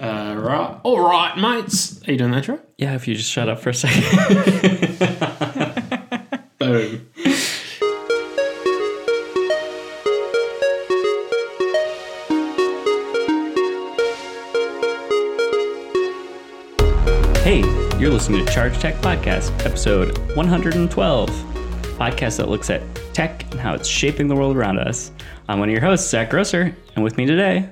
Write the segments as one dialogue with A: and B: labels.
A: All right. All right, mates. Are you doing that, Troy?
B: Uh, Yeah, if you just shut up for a second.
A: Boom.
B: hey, you're listening to Charge Tech Podcast, episode 112, podcast that looks at tech and how it's shaping the world around us. I'm one of your hosts, Zach Grosser, and with me today,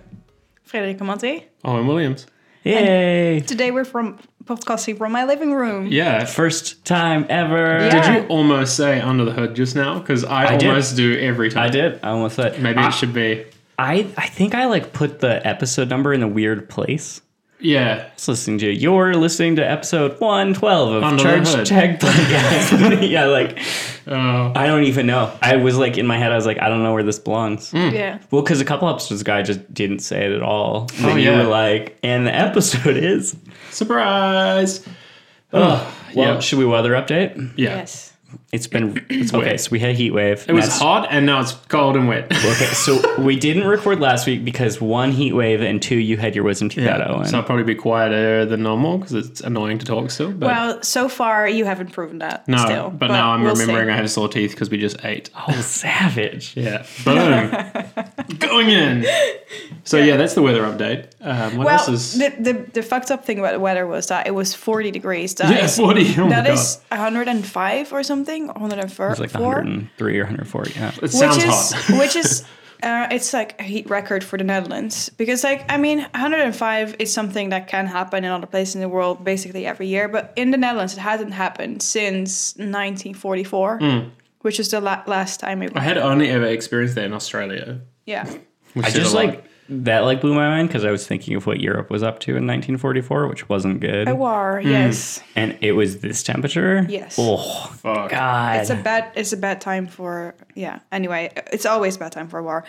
C: Frederica Monte.
A: Owen Williams.
B: yay,
C: Today we're from podcasting from my living room.
A: Yeah.
B: first time ever.
C: Yeah.
A: Did you almost say under the hood just now? Because I,
B: I did.
A: almost do every time.
B: I did. Ah. I almost said.
A: Maybe
B: I,
A: it should be.
B: I, I think I like put the episode number in a weird place.
A: Yeah.
B: It's listening to you're listening to episode 112 of
A: Under the hood.
B: Charge Tech Podcast. yeah, like
A: Uh,
B: I don't even know. I was like in my head, I was like, I don't know where this belongs.
C: Yeah.
B: Well, because a couple episodes ago, I just didn't say it at all. And then
A: Oh,
B: you
A: yeah.
B: were like, and the episode is.
A: surprise.
B: Ugh. well,
A: yeah.
B: should we weather update?
A: Yeah.
C: Yes.
B: It's been it's okay.
A: wet.
B: So we had a heat wave.
A: It was hot and now it's cold and wet.
B: Okay, so we didn't record last week because one heat wave and two you had your wisdom teeth out. Owen.
A: So I'll probably be quieter than normal because it's annoying to talk still. But
C: Well, so far you haven't proven that.
A: no,
C: still,
A: but, now I'm
C: we'll see.
A: remembering I had sore teeth because we just ate.
B: oh, savage.
A: Yeah. Boom. Going in. So yeah, that's the weather update. Um, what
C: Well,
A: else is?
C: the, the the fucked up thing about the weather was that it was 40 degrees. That
A: yeah,
C: is-
A: forty. Oh my
C: that
A: God.
C: is 105 or something. 104.
B: It's like 103 or 104. Yeah.
A: It
C: which
A: sounds
C: is
A: hot.
C: which is uh, it's like a heat record for the Netherlands because like I mean 105 is something that can happen in other places in the world basically every year, but in the Netherlands it hasn't happened since 1944,
A: Hmm.
C: which is the la- last time it.
A: I had only ever experienced that in Australia.
C: Yeah,
A: which
B: I
A: is
B: just
A: a lot.
B: like that like blew my mind because I was thinking of what Europe was up to in 1944, which wasn't good.
C: a war.
A: Hmm.
C: Yes,
B: And it was this temperature.
C: Yes.
B: Oh
A: Fuck.
B: God.
C: it's a bad it's a bad time for yeah. Anyway, it's always a bad time for a war.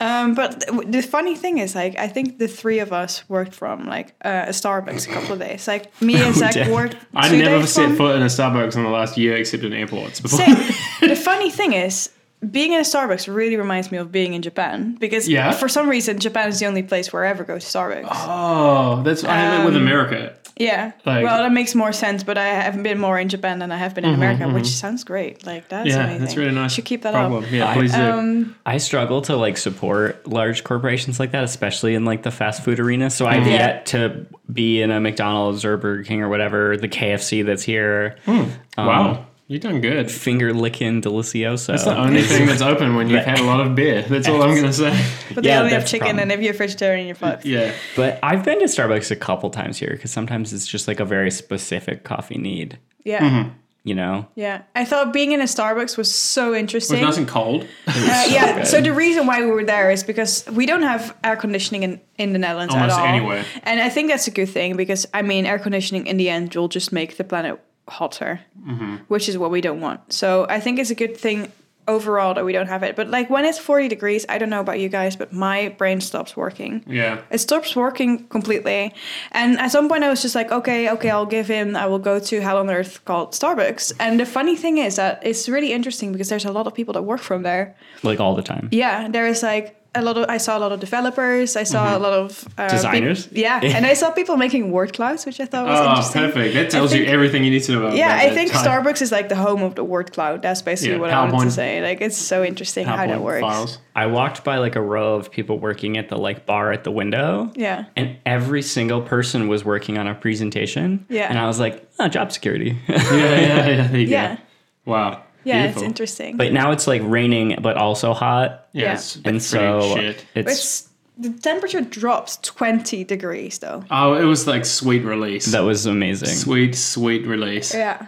C: Um, but th- the funny thing is like I think the three of us worked from like uh, a Starbucks a couple of days. Like me and Zach
B: did?
C: worked.
A: I
C: two
A: never
C: days
A: set
C: from-
A: foot in a Starbucks in the last year except in airports before.
C: Same. the funny thing is, being in a Starbucks really reminds me of being in Japan because
A: Yeah?
C: for some reason Japan is the only place where I ever go to Starbucks.
A: Oh, that's I have it
C: Um,
A: with America.
C: yeah.
A: Like- Mm-hmm,
C: well, that makes more sense, but I haven't been more in Japan than I have been in America, which sounds great. Like that's
A: Yeah,
C: amazing.
A: that's really nice.
C: Should keep that
A: problem.
C: up. Um,
A: Yeah,
B: I-
A: please do.
B: I struggle to like support large corporations like that, especially in like the fast food arena. So I've
C: Yeah.
B: yet to be in a McDonald's or Burger King or whatever, the KFC that's here.
A: Hmm.
B: Um,
A: wow, you've done good.
B: Finger licking delicioso.
A: That's the only thing that's open when you've had a lot of beer. That's all I'm gonna say.
C: But they
B: Yeah,
C: only have
B: that's a
C: chicken,
B: problem.
C: and if you're vegetarian, you're fucked.
A: Yeah.
B: but I've been to Starbucks a couple times here because sometimes it's just like a very specific coffee need,
C: Yeah.
A: Mm-hmm.
B: you know?
C: Yeah. I thought being in a Starbucks was so
A: It's
C: interesting.
A: nice and cold.
C: Uh, yeah.
B: good.
C: So the reason why we were there is because we don't have air conditioning in, in the Netherlands
A: Almost
C: at all.
A: anywhere.
C: And I think that's a good thing because I mean, air conditioning in the end will just make the planet hotter,
A: Mm-hmm.
C: which is what we don't want. So I think it's a good thing overall that we don't have it. But like when it's 40 degrees, I don't know about you guys, but my brain stops working.
A: Yeah.
C: It stops working completely. And at some point, I was just like, okay, okay, I'll give in. I will go to Hell on Earth called Starbucks. And the funny thing is that it's really interesting because there's a lot of people that work from there.
B: Like all the time.
C: Yeah, there is like a lot of. I saw a lot of developers. I saw
A: Mm-hmm.
C: a lot of uh, peop-
B: Designers?
C: yeah, and I saw people making word clouds, which I thought was
A: Oh,
C: interesting.
A: perfect. That tells
C: think-
A: you everything you need to know about.
C: Yeah,
A: about
C: I
A: that
C: think
A: type.
C: Starbucks is like the home of the word cloud. That's basically
A: Yeah,
C: what I wanted
A: PowerPoint.
C: to say. Like, it's so interesting how that
A: PowerPoint
C: works.
A: files.
B: I walked by like a row of people working at the like bar at the window.
C: Yeah.
B: And every single person was working on a presentation.
C: Yeah.
B: And I was like, oh, job security.
A: Yeah, yeah, yeah. There you
C: Yeah,
A: go. Wow.
C: yeah,
A: Beautiful.
C: it's interesting.
B: but now it's like raining, but also hot.
A: Yeah,
C: Yeah.
A: It's,
B: And
A: it's
B: so
A: pretty shit.
B: it's
C: it's the temperature drops twenty degrees though.
A: Oh, it was like sweet release.
B: that was amazing.
A: sweet, sweet release.
C: Yeah,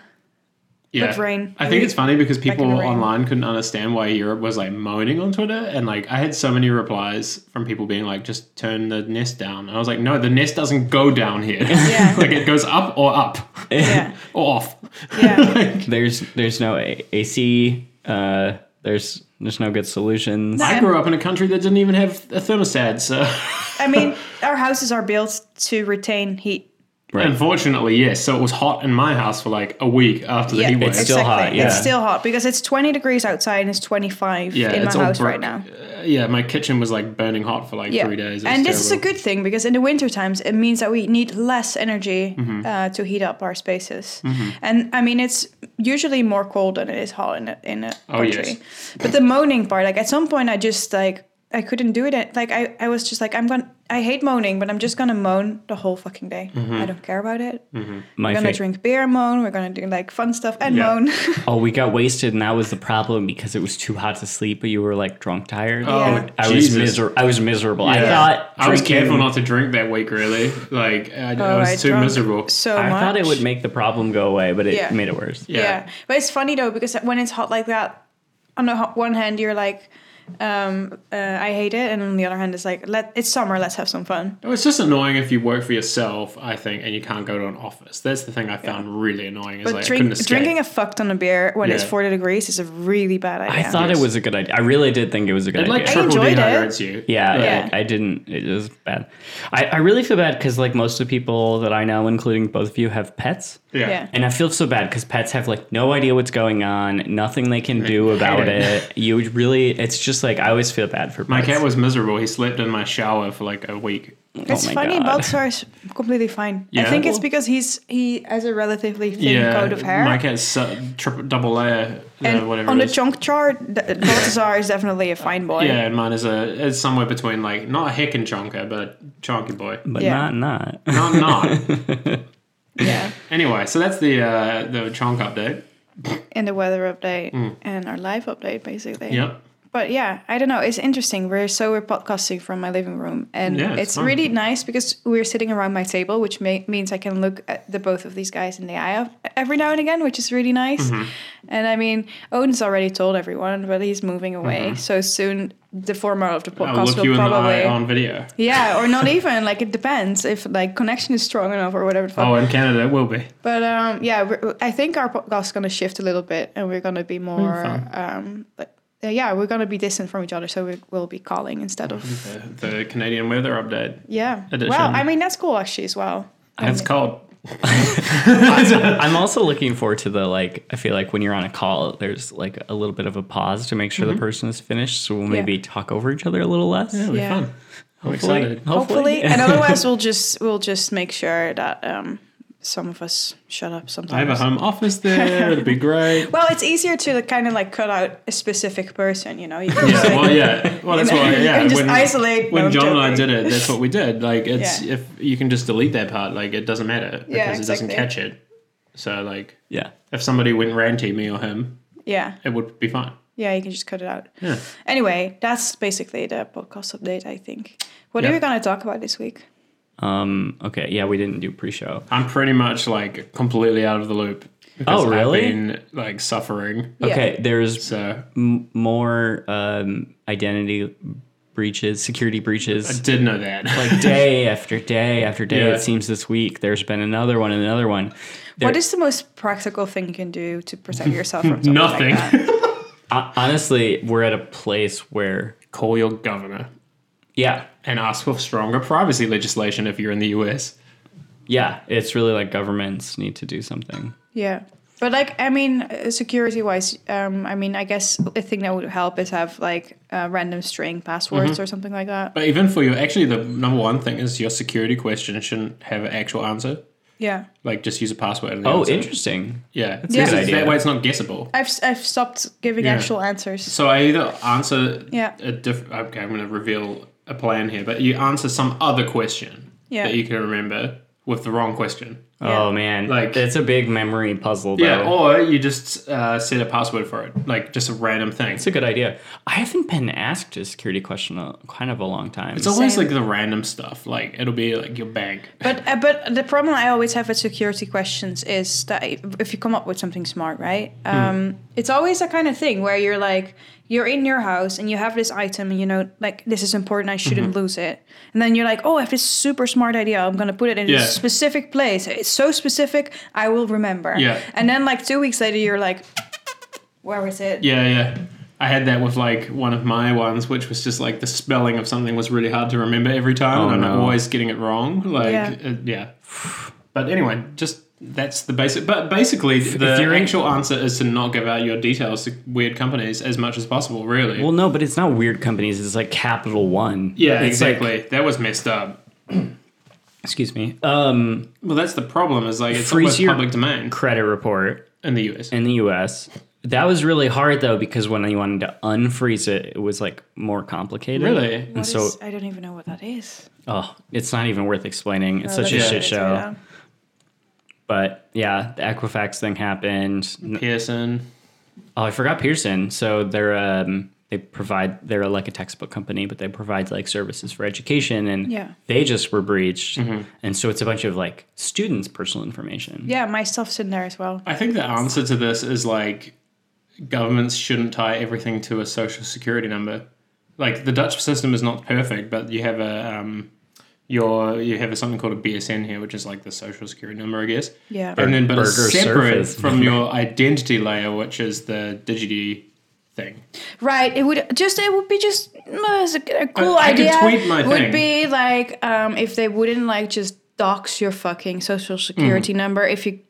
A: Yeah.
C: But rain.
A: I think it's funny because people
C: in the rain.
A: online couldn't understand why Europe was like moaning on Twitter. And like, I had so many replies from people being like, just turn the nest down. And I was like, no, the nest doesn't go down here.
C: Yeah.
A: like, it goes up or up
C: yeah,
A: or off.
C: yeah.
B: There's there's no A- AC. Uh, there's there's no good solutions.
C: No.
A: I grew up in a country that didn't even have a thermostat. So,
C: I mean, our houses are built to retain heat.
B: Right.
A: Unfortunately, yes. So it was hot in my house for like a week after the
C: Yeah,
A: heat wave.
B: It's still hot, yeah.
C: It's still hot because it's 20 degrees outside and it's 25
A: yeah,
C: in my
A: it's all
C: house
A: brick.
C: right now.
A: Uh, yeah, my kitchen was like burning hot for like
C: Yeah.
A: three days. It
C: And
A: was
C: this is a
A: terrible.
C: good thing because in the winter times it means that we need less energy
A: Mm-hmm.
C: uh, to heat up our spaces. And I mean, it's usually more cold than it is hot in a, in a
A: Oh,
C: country. But the moaning part, like at some point, I just like I couldn't do it. Like I, I was just like I'm gonna. I hate moaning, but I'm just gonna moan the whole fucking day.
A: Mm-hmm.
C: I don't care about it.
B: My
C: We're gonna
B: fa-
C: drink beer, and moan. We're gonna do like fun stuff and
A: Yeah.
C: moan.
B: Oh, we got wasted, and that was the problem because it was too hot to sleep. But you were like drunk, tired.
A: Oh,
C: Yeah.
B: I was
A: Jesus.
B: miser- I was miserable. I
A: Yeah.
B: thought
A: I was
B: drinking-
A: careful not to drink that week. Really, like I, I
C: Oh,
A: was
C: I
A: too
C: drunk
A: miserable.
C: So
B: I
C: much.
B: thought it would make the problem go away, but it
C: Yeah.
B: made it worse.
A: Yeah.
C: Yeah. But it's funny though because when it's hot like that, on the ho- one hand you're like, um, uh, I hate it, and on the other hand it's like, let it's summer, let's have some fun.
A: Well, It's just annoying if you work for yourself, I think, and you can't go to an office. That's the thing I found really annoying. Is
C: But
A: like I couldn't
C: drink,
A: escape.
C: drinking a fuck ton of beer when it's
A: Yeah.
C: forty degrees is a really bad idea.
B: I thought it was a good idea. I really did think it was a good
A: it like
B: idea.
A: triple
C: enjoyed it.
A: dehydrates you.
B: Yeah,
A: Like,
C: Yeah.
B: I, I didn't. It was bad. I, I really feel bad because like most of the people that I know, including both of you, have pets.
A: yeah.
C: Yeah.
B: And I feel so bad because pets have like no idea what's going on, nothing they can do about
A: hate
B: it. You would really, it's just like I always feel bad for pets.
A: My cat was miserable. He slept in my shower for like a week.
C: It's
B: Oh my
C: funny,
B: God.
C: Baltzar is completely fine. I
A: Yeah?
C: think it's
A: Well-
C: because he's he has a relatively thin coat of hair.
A: my cat's uh, triple double layer, uh,
C: and
A: whatever.
C: on
A: it
C: the
A: is.
C: chunk chart, th- Baltzar is definitely a fine boy.
A: yeah, and mine is a it's somewhere between like not a heck and chonker, but a chonky boy.
B: but
C: Yeah.
B: not not.
A: Not not.
C: yeah.
A: anyway, so that's the uh, the chonk update.
C: And the weather update
A: Mm.
C: and our life update, basically.
A: Yep.
C: But yeah, I don't know. It's interesting. We're so we're podcasting from my living room, and
A: Yeah, it's
C: it's,
A: fun.
C: really nice because we're sitting around my table, which may, means I can look at the both of these guys in the eye of, every now and again, which is really nice.
A: Mm-hmm.
C: And I mean, Odin's already told everyone, but he's moving away, so soon the format of the
A: Mm-hmm. I'll
C: podcast
A: look you
C: will
A: in the eye
C: probably.
A: on video.
C: yeah, or not even like it depends if like connection is strong enough or whatever. The fuck.
A: Oh, in Canada it will be.
C: But um, yeah, we're, I think our podcast is going to shift a little bit, and we're going to
A: Mm,
C: be more.
A: fun.
C: Um, like, uh, yeah, we're going to be distant from each other, so we will be calling instead of.
A: The, the Canadian weather update.
C: Yeah.
A: Edition.
C: Well, I mean that's cool actually as well.
A: It's cold.
B: I'm also looking forward to the like. I feel like when you're on a call, there's like a little bit of a pause to make sure
A: Mm-hmm.
B: the person is finished, so we'll maybe talk over each other a little less.
A: It'll be
C: Yeah.
A: fun. I'm
B: Hopefully,
A: excited.
C: Hopefully, and otherwise we'll just we'll just make sure that um, some of us shut up
A: I have a
C: sometimes.
A: home office there. It'll be great.
C: Well, it's easier to like, kind of like cut out a specific person, you know. You can
A: Yeah,
C: just, like,
A: well, yeah. Well, that's
C: You know,
A: why.
C: you
A: Yeah,
C: can just isolate
A: When
C: no
A: John and I
C: joking.
A: did it, that's what we did. Like, it's
C: Yeah.
A: if you can just delete that part, like it doesn't matter because
C: Yeah,
A: it doesn't
C: exactly.
A: catch it. So, like,
B: yeah.
A: if somebody went ranty, me or him,
C: yeah,
A: it would be fine.
C: yeah, you can just cut it out.
A: Yeah.
C: Anyway, that's basically the podcast update. I think. What
A: Yeah.
C: are we going to talk about this week?
B: Um. Okay. Yeah, we didn't do pre-show.
A: I'm pretty much like completely out of the loop. because
B: Oh, really?
A: I've been like suffering.
C: Yeah.
B: Okay. There's
A: So
B: m- more um, identity breaches, security
A: I
B: breaches.
A: did know that.
B: Like day after day after day,
A: Yeah.
B: it seems this week there's been another one and another one. There-
C: What is the most practical thing you can do to protect yourself from something
A: Nothing.
C: Like that?
B: Hon- honestly, we're at a place where
A: Call your governor
B: yeah,
A: and ask for stronger privacy legislation if you're in the US.
B: yeah, it's really like governments need to do something.
C: Yeah, but like I mean, security wise, um, I mean, I guess a thing that would help is have like uh, random string passwords or something like that.
A: Mm-hmm. But even for you, actually, the number one thing is your security question shouldn't have an actual answer.
C: Yeah,
A: Like, just use a password. And the
B: Oh,
A: answer.
B: interesting.
A: Yeah.
C: a
A: Because
C: good
B: idea.
A: That way it's not guessable.
C: I've s- I've stopped giving
A: Yeah.
C: actual answers.
A: So I either answer
C: Yeah.
A: a different. Okay, I'm going to reveal a plan here, but you answer some other question
C: Yeah.
A: that you can remember with the wrong question.
C: Yeah.
B: Oh man,
A: Like-
B: like it's a big memory puzzle. Though.
A: Yeah, or you just uh, set a password for it, like just a random thing.
B: it's a good idea. I haven't been asked a security question a, kind of a long time.
A: It's always
C: Same.
A: like the random stuff. Like it'll be like your bank.
C: But uh, but the problem I always have with security questions is that i- if you come up with something smart, right?
A: Hmm.
C: Um, It's always that kind of thing where you're like you're in your house and you have this item and you know like this is important, I shouldn't
A: Mm-hmm.
C: lose it. And then you're like, oh, I have this super smart idea. I'm gonna put it in a
A: Yeah.
C: specific place. It's so specific, I will remember.
A: Yeah.
C: And then like two weeks later, you're like, where is it?
A: Yeah, yeah. I had that with like one of my ones, which was just like the spelling of something was really hard to remember every time,
B: Oh,
A: and I'm
B: no.
A: always getting it wrong. Like,
C: Yeah.
A: yeah, uh, yeah. But anyway, just that's the basic. But basically, the
B: if you're-
A: actual answer is to not give out your details to weird companies as much as possible. Really.
B: Well, no, but it's not weird companies. It's like Capital One.
A: yeah,
B: It's like-
A: exactly. that was messed up.
B: excuse me. Um,
A: Well, that's the problem. Is like it's
B: Freeze
A: almost
B: your-
A: public domain
B: credit report
A: in the US.
B: in the U.S. That was really hard though because when I wanted to unfreeze it, it was like more complicated.
A: really?
C: What
B: so-
C: is- I don't even know what that is. Oh,
B: Oh, it's not even worth explaining. It's such a
A: that's
B: shit
A: right,
B: show. But yeah, the Equifax thing happened. N-
A: Pearson.
B: Oh, I forgot Pearson. So they're um, they provide they're like a textbook company, but they provide like services for education, and
C: Yeah.
B: they just were breached,
A: Mm-hmm.
B: and so it's a bunch of like students' personal information.
C: Yeah, my stuff's in there as well.
A: I think the answer to this is like governments shouldn't tie everything to a social security number. Like the Dutch system is not perfect, but you have a um, your you have a, something called a BSN here, which is like the social security number, I guess.
C: Yeah.
A: And then, but it's
B: Burger
A: separate
B: surface.
A: from your identity layer, which is the digity thing.
C: Right. It would just. It would be just mm, it's a, a cool
A: I could
C: idea.
A: tweet my
C: would
A: thing.
C: be like um, if they wouldn't like just dox your fucking social security number if you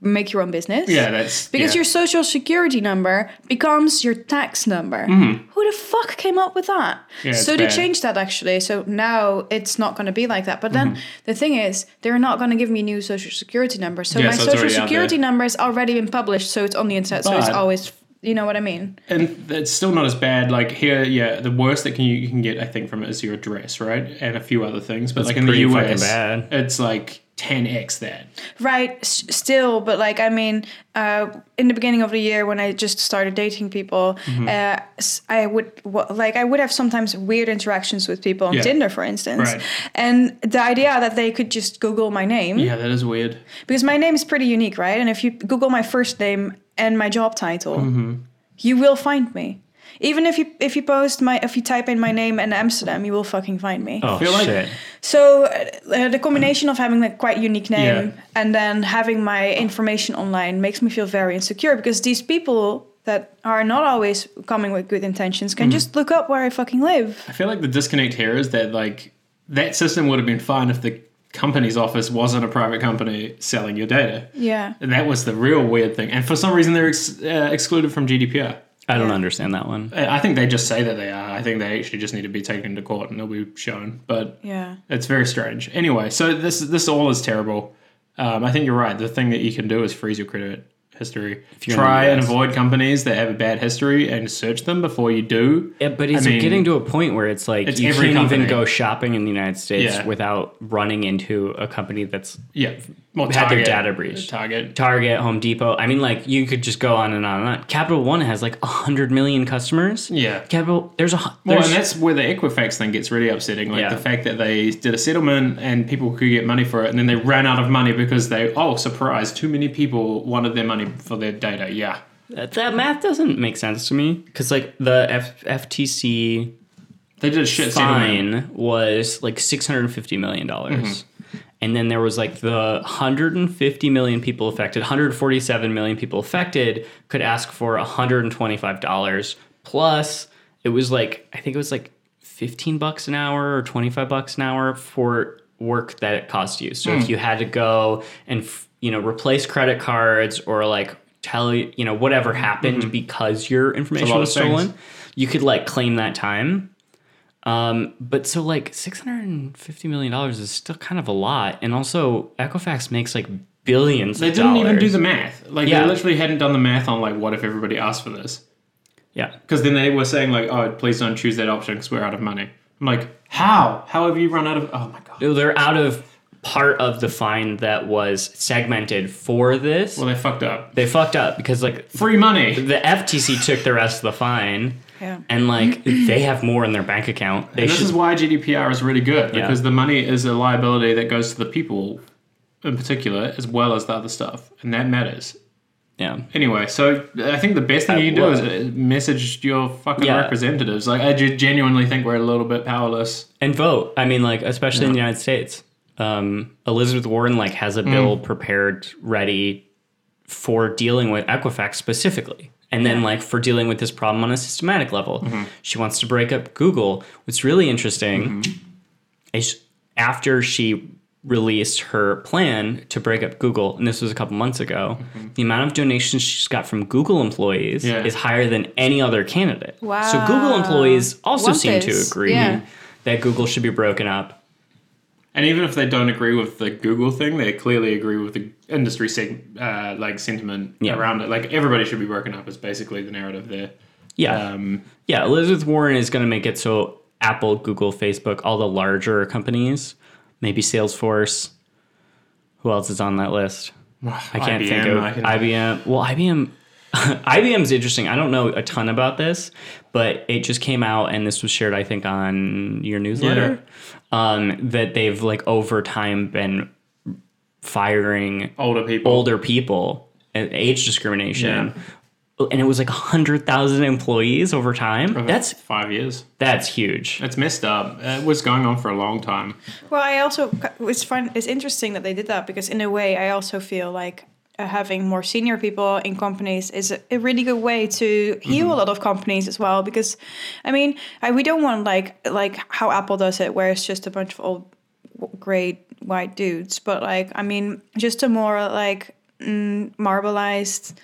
C: make your own business.
A: Mm-hmm. Yeah, that's
C: Because
A: yeah.
C: your social security number becomes your tax number. Who the fuck came up with that?
A: Mm-hmm. Yeah, it's
C: so they
A: bad.
C: changed that actually. So now it's not going to be like that. But
A: Mm-hmm.
C: then the thing is, they're not going to give me new social security number. So
A: Yeah,
C: my
A: so it's
C: social
A: already out
C: security number has already been published. So it's on the internet. so it's
A: But-
C: always, you know what I mean?
A: and it's still not as bad. Like here, yeah, the worst that can you, you can get, I think, from it is your address, right, and a few other things. But like in the
B: pretty fucking
A: US,
B: bad.
A: it's like 10x that.
C: Right, s- still, but like I mean, uh, in the beginning of the year when I just started dating people,
A: Mm-hmm.
C: uh, s- I would w- like I would have sometimes weird interactions with people on
A: Yeah.
C: Tinder, for instance,
A: Right.
C: and the idea that they could just Google my name
A: Yeah, that is weird.
C: because my name is pretty unique, right? And if you Google my first name and my job title,
A: Mm-hmm.
C: you will find me. Even if you if you post my if you type in my name and Amsterdam, you will fucking find me.
B: Oh
A: feel like-
B: shit!
C: So uh, the combination of having a quite unique name
A: Yeah.
C: and then having my information online makes me feel very insecure because these people that are not always coming with good intentions can just look up where I fucking live.
A: I feel like the disconnect here is that like that system would have been fine if the company's office wasn't a private company selling your data.
C: Yeah.
A: And that was the real weird thing. And for some reason, they're ex- uh, excluded from GDPR.
B: I don't
C: Yeah.
B: understand that one.
A: I I think they just say that they are. I think they actually just need to be taken to court and they'll be shown. But
C: Yeah.
A: it's very strange. Anyway, so this this all is terrible. Um, I think you're right. The thing that you can do is freeze your credit history.
B: you're in
A: Try
B: the
A: and
B: US.
A: avoid companies that have a bad history and search them before you do.
B: Yeah, Eh, but it's
A: mean,
B: getting to a point where it's like
A: it's
B: you
A: every
B: can't
A: company.
B: even go shopping in the United States
A: Yeah.
B: without running into a company that's
A: Yeah, well,
B: Had their data breached.
A: Target.
B: Target, Home Depot. I mean, like you could just go on and on and on. Capital One has like hundred million customers.
A: Yeah.
B: Capital. There's a. hu-
A: Well,
B: There's,
A: and that's where the Equifax thing gets really upsetting. Like
B: Yeah.
A: the fact that they did a settlement and people could get money for it, and then they ran out of money because they oh surprise, too many people wanted their money for their data. Yeah,
B: that, that math doesn't make sense to me because like the F, FTC
A: they did a shit settlement.
B: fine was like six hundred fifty million dollars.
A: Mm-hmm.
B: And then there was like the 150 million people affected, 147 million people affected could ask for $125 plus it was like I think it was like 15 bucks an hour or 25 bucks an hour for work that it cost you. So
A: Mm.
B: if you had to go and f- you know replace credit cards or like tell you know whatever happened because your information
A: Mm-hmm. lot
B: was
A: of things.
B: stolen, you could like claim that time. Um, but so like six hundred and fifty million dollars is still kind of a lot, and also Equifax makes like billions.
A: They
B: of
A: didn't even do
B: dollars.
A: the math. Like
B: Yeah.
A: they literally hadn't done the math on like what if everybody asked for this?
B: Yeah,
A: Because then they were saying like oh please don't choose that option because we're out of money. I'm like how? How have you run out of? Oh my god.
B: they're out of part of the fine that was segmented for this.
A: Well, they fucked up.
B: they fucked up because like
A: Free money.
B: the FTC took the rest of the fine,
C: Yeah.
B: and like they have more in their bank account. They
A: And this
B: should.
A: is why GDPR is really good
B: Yeah.
A: because the money is a liability that goes to the people in particular, as well as the other stuff, and that matters.
B: yeah,
A: Anyway, so I think the best thing you can do is uh, message your fucking
B: Yeah.
A: representatives. Like, I ge- genuinely think we're a little bit powerless.
B: and vote. I mean, like especially in the United States, um, Elizabeth Warren like has a bill prepared, ready for dealing with Equifax specifically, and then like for dealing with this problem on a systematic level. She wants to break up Google. What's really interesting is after she released her plan to break up Google, and this was a couple months ago, the amount of donations she's got from Google employees
A: Yeah.
B: is higher than any other candidate. So
C: Wow.
B: Google employees also
C: Want
B: seem
C: this.
B: to agree
C: Yeah.
B: that Google should be broken up.
A: And even if they don't agree with the Google thing, they clearly agree with the industry seg- uh, like sentiment
B: Yeah.
A: around it. Like everybody should be broken up is basically the narrative there.
B: Yeah.
A: Um,
B: Yeah, Elizabeth Warren is going to make it so Apple, Google, Facebook, all the larger companies, maybe Salesforce. Who else is on that list? I can't
A: IBM,
B: think of
A: I can-
B: IBM. Well, IBM. IBM's interesting. I don't know a ton about this, but it just came out and this was shared, I think, on your newsletter. Um, that they've like over time been firing
A: older people.
B: older people and age discrimination. And it was like 100,000 employees over time.
A: Uh-huh.
B: That's
A: five years.
B: that's huge.
A: It's messed up. It was going on for a long time.
C: Well, I also it's fun. It's interesting that they did that because in a way, I also feel like uh, having more senior people in companies is a, a really good way to
A: Mm-hmm.
C: heal a lot of companies as well. Because, I mean, I, we don't want like like how Apple does it, where it's just a bunch of old, w- great white dudes. But like, I mean, just a more like mm, marbleized.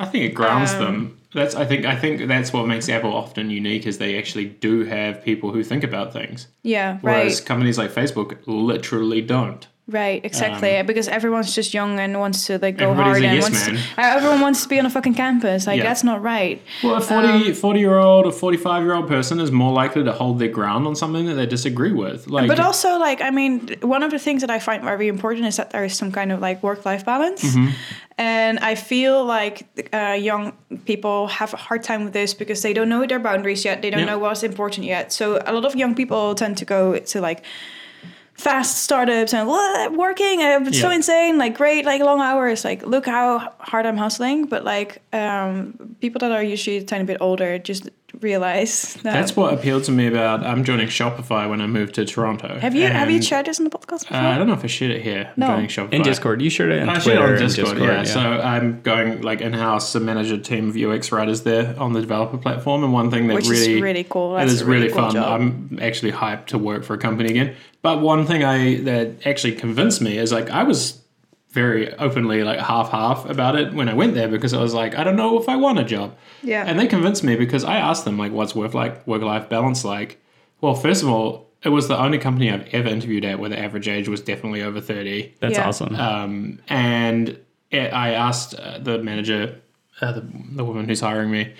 A: I think it grounds
C: Um,
A: them. That's I think I think that's what makes Apple often unique is they actually do have people who think about things,
C: Yeah,
A: whereas
C: right,
A: companies like Facebook literally don't.
C: right, exactly. because everyone's just young and wants to like go
A: um, Everybody's
C: hard
A: a
C: and
A: yes
C: wants to-
A: man.
C: everyone wants to be on a fucking campus. Like
A: Yeah.
C: that's not right.
A: Well, a 40,
C: Um,
A: 40 year old or 45 year old person is more likely to hold their ground on something that they disagree with. Like,
C: But also, like, I mean, one of the things that I find very important is that there is some kind of like work life balance.
A: Mm-hmm.
C: And I feel like uh, young people have a hard time with this because they don't know their boundaries yet. They don't
A: Yeah.
C: know what's important yet. So a lot of young people tend to go to like fast startups and "What? working. Uh, it's so
A: Yeah.
C: insane. Like, great, like long hours. Like, look how hard I'm hustling. But like, um, people that are usually a tiny bit older just realize that.
A: that's what appealed to me about I'm joining Shopify when I moved to Toronto.
C: have you have you
A: And,
C: shared this in the podcast before?
A: Uh, I don't know if I shared it here.
C: No.
A: I'm joining Shopify.
B: In Discord, you shared it on
A: I shared
B: Twitter
A: it on
B: and
A: Discord, yeah.
B: yeah.
A: So I'm going like in house to manage a team of UX writers there on the developer platform. And one thing that
C: Which is
A: really,
C: really cool.
A: That
C: That's
A: is
C: a really
A: really
C: cool
A: fun.
C: job.
A: I'm actually hyped to work for a company again. But one thing I that actually convinced me is like I was very openly like half half about it when I went there because I was like I don't know if I want a job.
C: Yeah.
A: And they convinced me because I asked them like what's work like work life balance like. Well, first of all, it was the only company I've ever interviewed at where the average age was definitely over thirty.
B: That's
C: Yeah.
B: awesome. Uh,
A: Um, and it, I asked uh, the manager, uh, the, the woman who's hiring me,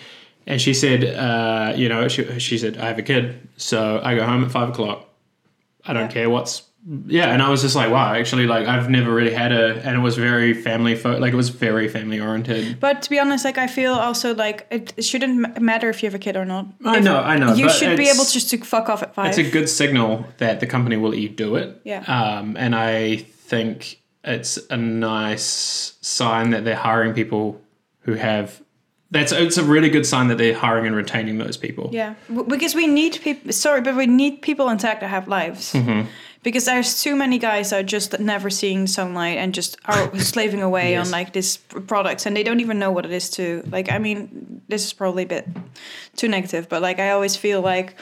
A: and she said, uh, you know, she, she said, I have a kid, so I go home at five o'clock. I don't
C: Yeah.
A: care what's yeah, and I was just like, wow, actually, like I've never really had a, and it was very family, fo- like it was very family oriented.
C: But to be honest, like I feel also like it it shouldn't ma- matter if you have a kid or not.
A: I know, I know.
C: you
A: but
C: should be
A: it's-
C: able just to fuck off at five.
A: It's a good signal that the company will let you do it.
C: Yeah.
A: Um, and I think it's a nice sign that they're hiring people who have. That's it's a really good sign that they're hiring and retaining those people.
C: yeah, W- because we need people. Sorry, but we need people in tech that have lives.
A: Mm-hmm.
C: Because there's too many guys that are just never seeing sunlight and just are slaving away on
A: Yes.
C: like these p- products, and they don't even know what it is to like. I mean, this is probably a bit too negative, but like I always feel like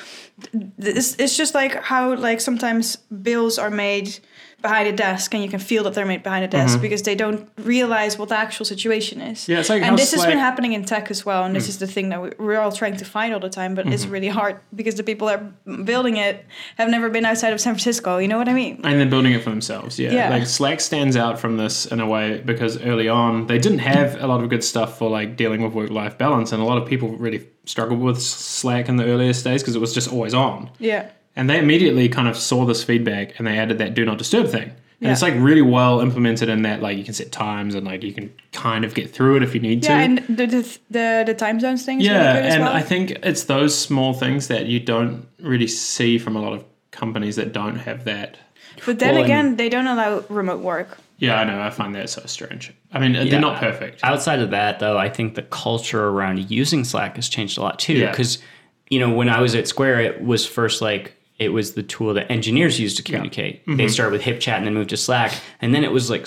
C: it's, it's just like how like sometimes bills are made behind a desk and you can feel that they're made behind a desk because they don't realize what the actual situation is
A: Mm-hmm. Yeah, it's like how
C: and this has been
A: Slack-
C: happening in tech as well and
A: Mm.
C: this is the thing that we, we're all trying to fight all the time but
A: Mm-hmm.
C: it's really hard because the people that are building it have never been outside of san francisco you know what i mean
A: And they're building it for themselves. Yeah.
C: Yeah.
A: Like Slack stands out from this in a way because early on they didn't have a lot of good stuff for like dealing with work life balance, and a lot of people really struggled with Slack in the earliest days because it was just always on.
C: yeah
A: And they immediately kind of saw this feedback and they added that do not disturb thing. And
C: Yeah.
A: it's like really well implemented in that like you can set times and like you can kind of get through it if you need to.
C: yeah and the the, the, the time zones thing is
A: yeah,
C: really good as
A: and
C: well
A: I think it's those small things that you don't really see from a lot of companies that don't have that.
C: but then
A: well, and-
C: again they don't allow remote work
A: Yeah, I know. I find that so strange. I mean,
B: Yeah.
A: they're not perfect.
B: Outside of that, though, I think the culture around using Slack has changed a lot too.
A: Yeah.
B: Because, you know, when I was at Square, it was first like it was the tool that engineers used to communicate.
A: Mm-hmm.
B: They started with HipChat and then moved to Slack. And then it was like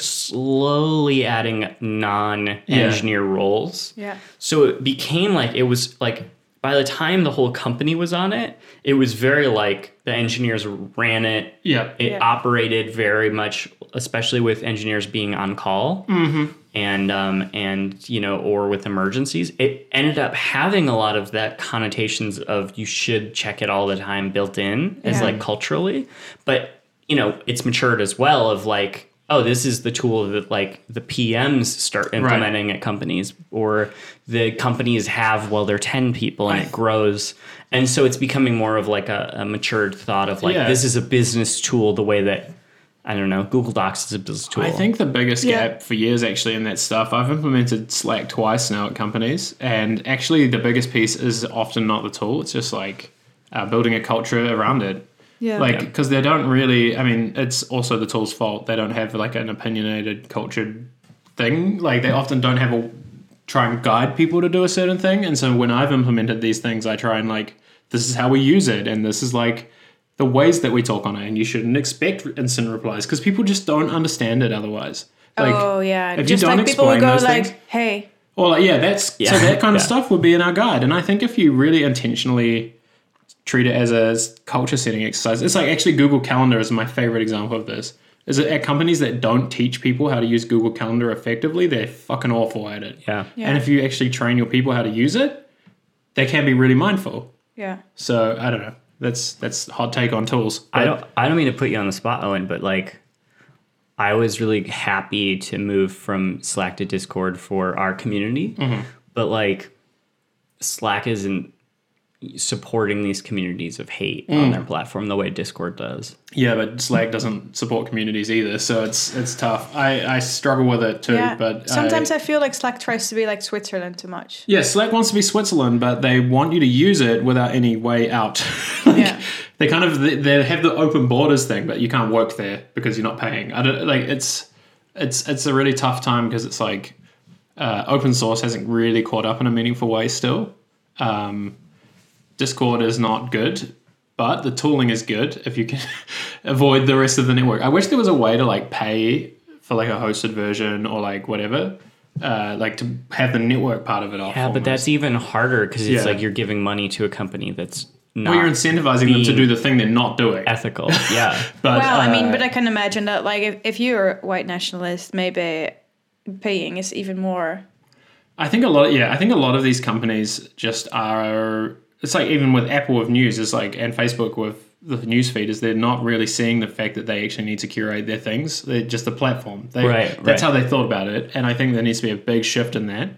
B: slowly adding non engineer roles.
C: Yeah.
B: So it became like it was like by the time the whole company was on it, it was very like the engineers ran it
A: yeah.
B: it
C: Yeah.
B: operated very much especially with engineers being on call
C: Mm-hmm.
B: and um, and you know, or with emergencies, it ended up having a lot of that connotations of you should check it all the time built in as
C: Yeah.
B: like culturally, but you know, it's matured as well of like. Oh, this is the tool that like the PMs start implementing at companies, or the companies have well, they're ten people and it grows, and so it's becoming more of like a, a matured thought of like
A: Yeah.
B: this is a business tool, the way that I don't know Google Docs is a business tool.
A: I think the biggest
C: Yeah.
A: gap for years actually in that stuff, I've implemented Slack twice now at companies, and actually the biggest piece is often not the tool. It's just like uh, building a culture around it.
C: Yeah.
A: Like, because they don't really, I mean, it's also the tool's fault. They don't have like an opinionated, cultured thing. Like, they often don't have a try and guide people to do a certain thing. And so when I've implemented these things, I try and like, this is how we use it. And this is like the ways that we talk on it. And you shouldn't expect instant replies because people just don't understand it otherwise. Like,
C: oh yeah.
A: if you
C: Just
A: don't
C: like people will
A: explain
C: go
A: those
C: like,
A: things-
C: "Hey,
A: or like, yeah, that's
B: Yeah.
A: so that kind of
B: Yeah.
A: stuff would be in our guide. And I think if you really intentionally treat it as a s- culture setting exercise, it's like actually Google Calendar is my favorite example of this. Is it at companies that don't teach people how to use Google Calendar effectively, they're fucking awful at it.
B: yeah.
A: And if you actually train your people how to use it, they can be really mindful.
C: yeah."
A: So I don't know. That's that's hot take on tools. But
B: I don't I don't mean to put you on the spot, Owen, but like I was really happy to move from Slack to Discord for our community. But like Slack isn't supporting these communities of hate on their platform the way Discord does.
A: Yeah, but Slack doesn't support communities either, so it's it's tough. I, I struggle with it too.
C: Yeah.
A: But
C: sometimes
A: I,
C: I feel like Slack tries to be like Switzerland too much.
A: Yeah, Slack wants to be Switzerland, but they want you to use it without any way out. like,
C: Yeah.
A: They kind of they, they have the open borders thing, but you can't work there because you're not paying. I don't like it's it's it's a really tough time because it's like uh, open source hasn't really caught up in a meaningful way still. Um, Discord is not good, but the tooling is good if you can avoid the rest of the network. I wish there was a way to like pay for like a hosted version or like whatever. Uh, like to have the network part of it off.
B: Yeah, but
A: almost.
B: that's even harder because it's
A: Yeah.
B: like you're giving money to a company that's not
A: well, you're incentivizing them to
B: being-
A: do the thing they're not doing.
B: ethical. Yeah.
A: But,
C: well, I mean,
A: uh,
C: but I can imagine that like if, if you're a white nationalist, maybe paying is even more.
A: I think a lot. Yeah, I think a lot of these companies just are. It's like even with Apple with news, it's like and Facebook with the news feed is they're not really seeing the fact that they actually need to curate their things. They're just the platform. They,
B: Right,
A: That's
B: right.
A: how they thought about it, and I think there needs to be a big shift in that.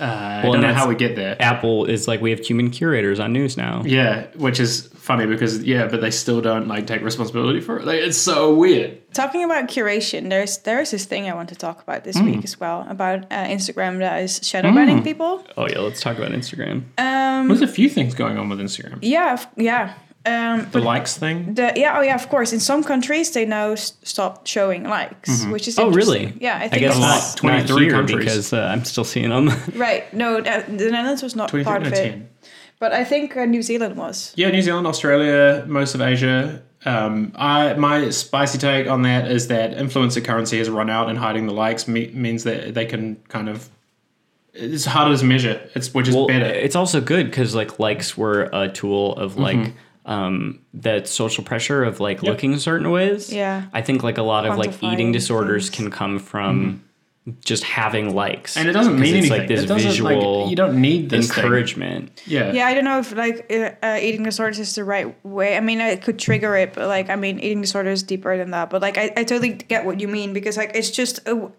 A: Uh, I
B: and
A: don't know
B: that's-
A: how we get there.
B: Apple is like we have human curators on news now.
A: Yeah, which is funny because yeah, but they still don't like take responsibility for it. Like, it's so weird.
C: Talking about curation, there's there is this thing I want to talk about this
B: Mm.
C: week as well about uh, Instagram that is shadow banning people.
B: Oh yeah, let's talk about Instagram.
C: Um,
A: There's a few things going on with Instagram.
C: yeah, of- yeah. Um,
A: The likes thing.
C: The, yeah, oh yeah, of course. In some countries, they now s- stop showing likes, which is
B: Oh,
C: interesting.
B: really?
C: Yeah, I
B: I
C: think
B: guess
C: it's
A: not.
B: not,
A: 23
B: not here
A: countries.
B: because uh, I'm still seeing them.
C: right. No, the the Netherlands was not part of it,
A: 2010.
C: but I think uh, New Zealand was.
A: Yeah, New Zealand, Australia, most of Asia. Um, I my spicy take on that is that influencer currency has run out, and hiding the likes me- means that they can kind of it's harder to measure. It's which is
B: well,
A: better.
B: it's also good because like likes were a tool of like um, that social pressure of like looking certain ways.
C: Yeah.
B: I think like a lot of like
C: Quantifying
B: eating disorders
C: things.
B: can come from just having likes,
A: and it doesn't
B: 'Cause
A: mean
B: it's
A: anything.
B: like this
A: it doesn't,
B: visual
A: like, you don't need this thing.
B: encouragement.
A: Yeah.
C: Yeah, I don't know if like uh, uh, eating disorders is the right way. I mean, it could trigger it, but like, I mean, eating disorder is deeper than that. But like, I, I totally get what you mean because like, it's just a w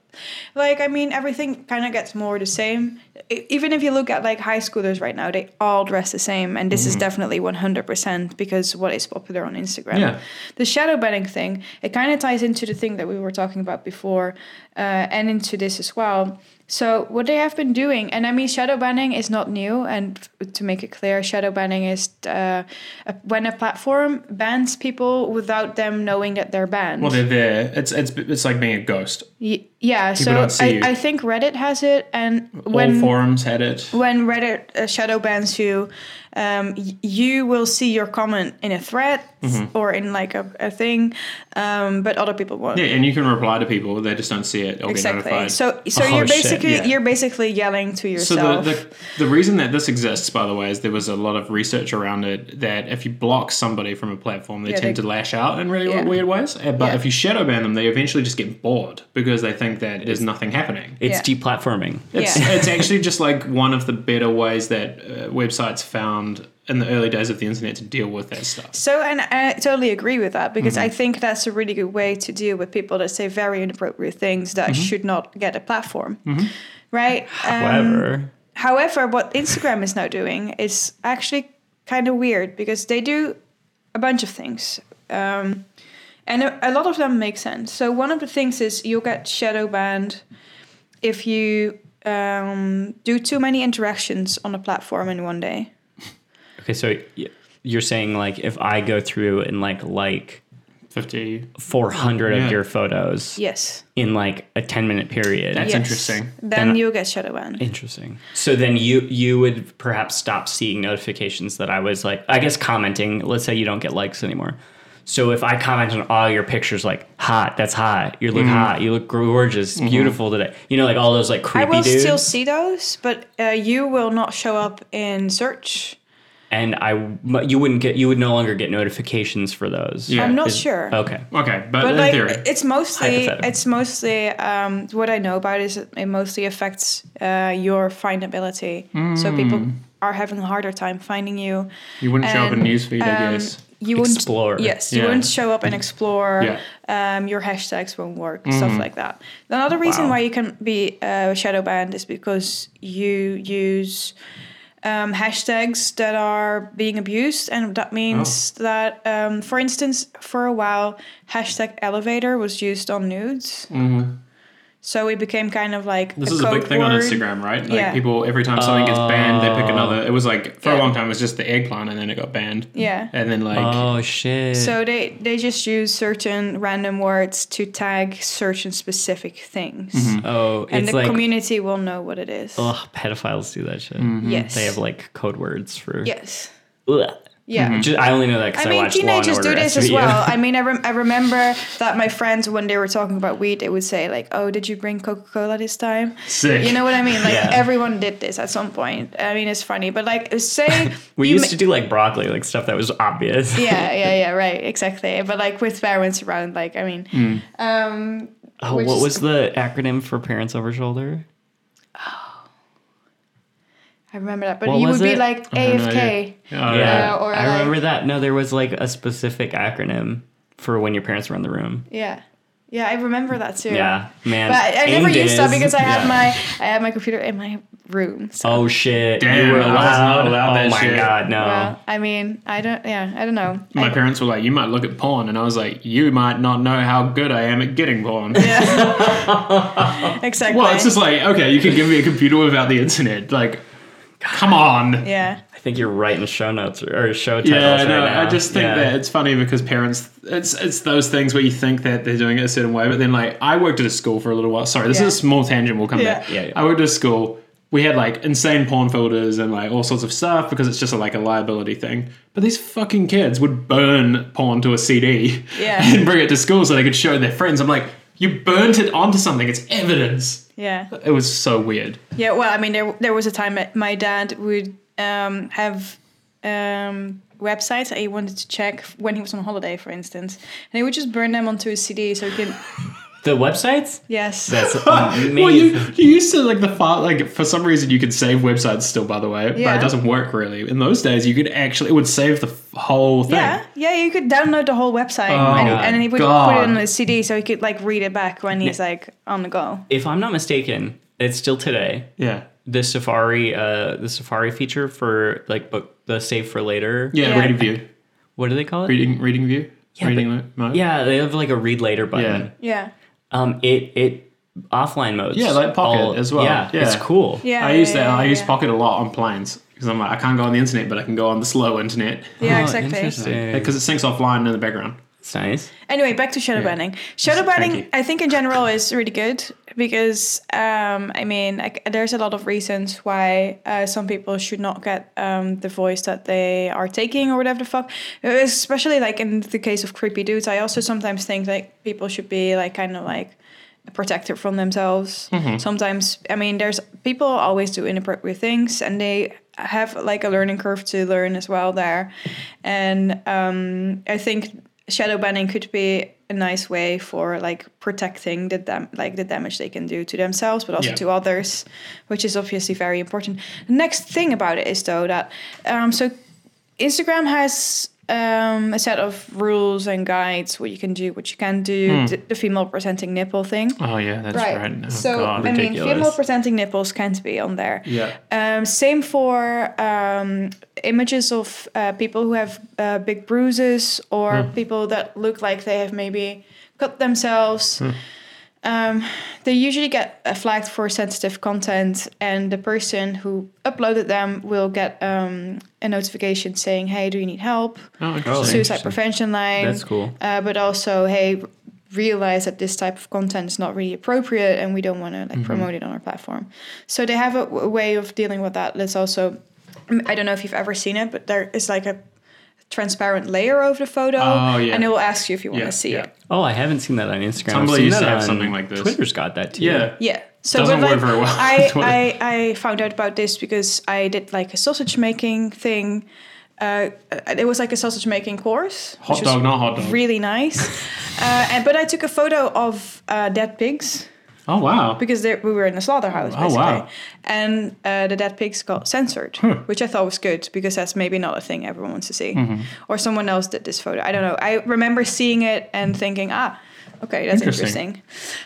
C: like, I mean, everything kind of gets more the same. E- even if you look at like high schoolers right now, they all dress the same, and this is definitely one hundred percent because what is popular on Instagram.
A: Yeah.
C: The shadow banning thing, it kind of ties into the thing that we were talking about before uh, and into this as well. So, what they have been doing, and I mean, shadow banning is not new. And f- to make it clear, shadow banning is uh, a- when a platform bans people without them knowing that they're banned.
A: Well, they're there. It's it's it's like being a ghost.
C: Y- yeah, so
A: don't see
C: I,
A: you.
C: I think Reddit has it. And when
A: All forums had it.
C: when Reddit uh, shadow bans you, um, y- you will see your comment in a thread
A: Mm-hmm.
C: or in like a, a thing, um, but other people won't.
A: Yeah, and you can reply to people; they just don't see it or be
C: Exactly.
A: notified.
C: So, so
B: Oh,
C: you're
B: shit,
C: basically
A: yeah.
C: you're basically yelling to
A: So
C: yourself.
A: the, the the reason that this exists, by the way, is there was a lot of research around it that if you block somebody from a platform, they
C: Yeah,
A: tend
C: they-
A: to lash out in really
C: Yeah.
A: weird ways. Uh, But
C: Yeah.
A: if you shadow ban them, they eventually just get bored because they think that there's nothing happening.
B: It's
C: Yeah.
B: deplatforming.
A: It's,
C: Yeah.
A: it's actually just like one of the better ways that uh, websites found in the early days of the internet to deal with that stuff.
C: So, and I totally agree with that because
A: Mm-hmm.
C: I think that's a really good way to deal with people that say very inappropriate things that
A: Mm-hmm.
C: should not get a platform, right? Um,
B: However,
C: however, what Instagram is now doing is actually kind of weird because they do a bunch of things, um, and a, a lot of them make sense. So one of the things is you'll get shadow banned if you um, do too many interactions on a platform in one day.
B: okay, so y- you're saying like if I go through and like like
A: Fifty.
B: 400
A: Yeah.
B: of your photos
C: Yes,
B: in like a 10 minute period.
A: That's
C: Yes.
A: interesting.
C: then
B: Then-
C: you'll get shadow banned.
B: Interesting. So then you you would perhaps stop seeing notifications that I was like I guess commenting. Let's say you don't get likes anymore. So if I comment on all your pictures like hot, that's hot. You look hot. You look gorgeous. Beautiful today. You know like all those like
C: I
B: creepy
C: will
B: dudes.
C: still see those, but uh, you will not show up in search.
B: and I but you wouldn't get you would no longer get notifications for those.
A: Yeah.
C: I'm not
B: Is-
C: sure.
B: Okay.
A: Okay, but,
C: But
A: in
C: like,
A: theory,
C: it's mostly
B: Hypothetical.
C: it's mostly um, what I know about is it it mostly affects uh, your findability. So people
A: Hmm.
C: are having a harder time finding you.
A: you wouldn't show up in
C: and,
A: newsfeed, I
C: um,
A: guess.
C: You wouldn't
B: Explore.
C: Yes, you
A: Yeah. Mm.
C: wouldn't show up and explore. Um, your hashtags won't work,
A: Mm-hmm.
C: stuff like that. Another reason
B: Wow.
C: why you can be uh, shadow banned is because you use um, hashtags that are being abused, and that means
A: Oh.
C: that, um, for instance, for a while, hashtag elevator was used on nudes. So it became kind of like
A: Mm-hmm. This
C: a
A: is a big
C: code
A: thing on
C: word.
A: Instagram, right? Like
C: Yeah.
A: people every time something gets banned, they pick
B: Oh.
A: another. It was like for a
C: Yeah.
A: long time it was just the eggplant, and then it got banned.
C: Yeah.
A: And then like
B: Oh shit.
C: So they they just use certain random words to tag certain specific things,
B: oh,
C: and
B: it's
C: the
B: like
C: community will know what it is.
B: ugh, pedophiles do that shit.
C: Yes.
B: Mm-hmm. They have like code words for.
C: yes.
B: Ugh.
C: Yeah.
A: Mm-hmm.
B: Ju- I only know that because
C: I
B: I,
C: mean,
B: watched Law and
C: teenagers
B: Order
C: do this
B: SVU.
C: as well. I mean, I, rem- I remember that my friends, when they were talking about weed, they would say, like, oh, did you bring Coca Cola this time?
A: sick.
C: You know what I mean? Like,
B: Yeah.
C: everyone did this at some point. I mean, it's funny, but like, say.
B: we
C: you
B: used
C: ma-
B: to do like broccoli, like stuff that was obvious.
C: yeah, yeah, yeah, right, exactly. But like with parents around, like, I mean,
B: Mm.
C: um,
B: Oh,
C: We're
B: what was
C: just-
B: the acronym for parents over shoulder?
C: I remember that. But
B: What
C: you
B: was
C: would be
B: it?
C: like
A: I don't know,
C: AFK.
A: yeah. Oh, yeah.
B: yeah,
C: or
B: I
C: like-
B: remember that. No, there was like a specific acronym for when your parents were in the room.
C: Yeah. Yeah, I remember that too.
B: Yeah, man.
C: But I, I never
B: aimed
C: used that
B: is-
C: because I had
B: Yeah.
C: my I had my computer in my room. So
B: Oh shit!
A: Damn,
B: you were
A: I was not
B: allowed.
A: allowed
B: oh
A: that
B: my
A: shit.
B: god, no.
C: Well, I mean, I don't. Yeah, I don't know.
A: My
C: I-
A: parents were like, "You might look at porn," and I was like, "You might not know how good I am at getting porn."
C: exactly.
A: Well, it's just like, okay, you can give me a computer without the internet. Like, come on.
C: yeah,
B: I think you're writing show notes or, or show titles
A: Yeah,
B: right
A: no,
B: now.
A: I just think
B: Yeah.
A: that it's funny because parents, it's it's those things where you think that they're doing it a certain way, but then like I worked at a school for a little while. Sorry, this
C: Yeah.
A: is a small tangent. We'll come
C: Yeah.
A: back.
B: Yeah, yeah.
A: I worked at a school. We had like insane porn filters and like all sorts of stuff because it's just like a liability thing. But these fucking kids would burn porn to a CD
C: Yeah.
A: and bring it to school so they could show their friends. I'm like, you burnt it onto something. It's evidence.
C: yeah,
A: It was so weird.
C: yeah. Well, I mean, there there was a time that my dad would um, have um, websites that he wanted to check when he was on holiday, for instance, and he would just burn them onto a CD so he can.
B: the websites.
C: Yes.
B: That's amazing.
A: Well, you, you used to like the file, like for some reason you could save websites still, by the way, but
C: Yeah.
A: it doesn't work really. In those days, you could actually, it would save the f- whole thing.
C: yeah, yeah, you could download the whole website
A: Oh,
C: and, and he would put
A: God.
C: it on a CD so he could like read it back when he's like on the go.
B: if I'm not mistaken, it's still today.
A: Yeah.
B: the Safari uh the Safari feature for like book the save for later.
A: Yeah.
C: Yeah.
A: Reading view.
B: What do they call it?
A: Reading, reading view.
B: Yeah,
A: reading mo- mode.
B: Yeah, they have like a read later button.
C: Yeah.
B: Um it it offline modes.
A: Yeah, like Pocket as well.
B: Yeah,
A: Yeah.
B: it's cool.
C: Yeah.
A: I use that.
C: yeah,
A: I use
C: yeah.
A: Pocket a lot on planes because I'm like, I can't go on the internet, but I can go on the slow internet
C: Yeah,
B: Oh,
C: exactly.
B: interesting.
A: because it syncs offline in the background.
B: It's nice.
C: Anyway, back to shadow banning. Shadow banning,
A: you.
C: I think in general is really good because um, I mean, like, there's a lot of reasons why uh, some people should not get um, the voice that they are taking or whatever the fuck. Especially like in the case of creepy dudes, I also sometimes think like people should be like kind of like protected from themselves. Sometimes, I mean, there's people always do inappropriate things, and they have like a learning curve to learn as well there. And um, I think shadow banning could be a nice way for like protecting the dam- like the damage they can do to themselves but also
A: Yeah.
C: to others which is obviously very important the next thing about it is though that um, so instagram has um, a set of rules and guides what you can do what you can do the, the female presenting nipple thing
A: Oh yeah, that's right. Oh,
C: so
A: God.
C: i mean
B: ridiculous.
C: female presenting nipples can't be on there
A: yeah.
C: um, same for um, images of uh, people who have uh, big bruises or
A: Hmm.
C: people that look like they have maybe cut themselves.
A: Hmm.
C: Um, they usually get uh, flagged for sensitive content, and the person who uploaded them will get um, a notification saying, "Hey, do you need help?"
A: Oh,
C: Suicide prevention line.
B: That's cool.
C: Uh, but also, hey, realize that this type of content is not really appropriate, and we don't want to
A: Mm-hmm.
C: like promote it on our platform. So they have a, w- way of dealing with that. Let's also, mm, I don't know if you've ever seen it, but there is like a transparent layer over the photo,
A: Oh, yeah.
C: and it will ask you if you want
A: Yeah,
C: to see
A: yeah.
C: it.
B: Oh, I haven't seen that on Instagram.
A: Tumblr
B: I've seen
A: used to
B: that
A: have
B: on-
A: something like this.
B: Twitter's got that too.
A: Yeah.
C: Yeah. So
A: Doesn't
C: but,
A: work
C: like,
A: very well.
C: I, I I found out about this because I did like a sausage making thing. Uh, it was like a sausage making course.
A: Hot
C: which was
A: dog, not hot dog.
C: Really nice. uh, and, but I took a photo of uh, dead pigs
A: Oh wow.
C: because they- we were in a slaughterhouse
A: Oh,
C: basically.
A: wow. Hmm.
C: And uh, the dead pigs got censored, which I thought was good because that's maybe not a thing everyone wants to see.
A: Mm-hmm.
C: Or someone else did this photo. I don't know. I remember seeing it and thinking, ah, okay, that's
A: Interesting.
C: interesting.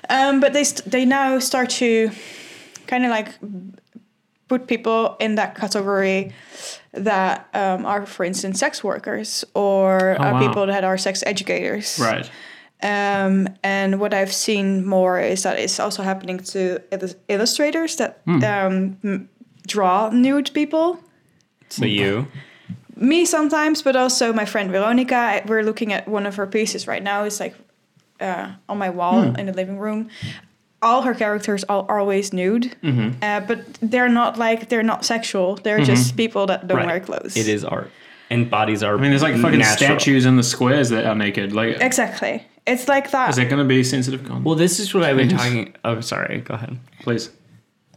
C: Um, but they, st- they now start to kind of like put people in that category that um, are, for instance, sex workers or
A: Oh,
C: are
A: wow.
C: people that are sex educators.
A: Right.
C: Um, and what I've seen more is that it's also happening to illus- illustrators that
B: Hmm.
C: um, m- draw nude people.
B: So you.
C: Me sometimes, but also my friend Veronica. I- We're looking at one of her pieces right now. It's like uh, on my wall
B: Hmm.
C: in the living room. All her characters are always nude,
B: Mm-hmm.
C: uh, but they're not like they're not sexual. They're just people that don't
B: Right.
C: wear clothes.
B: It is art. And bodies are
A: I mean, there's like fucking
B: natural.
A: statues in the squares that are naked. Like,
C: exactly. It's like that.
A: is that going to be sensitive content?
B: Well, this is what I've been talking. Oh, sorry. Go ahead.
A: Please.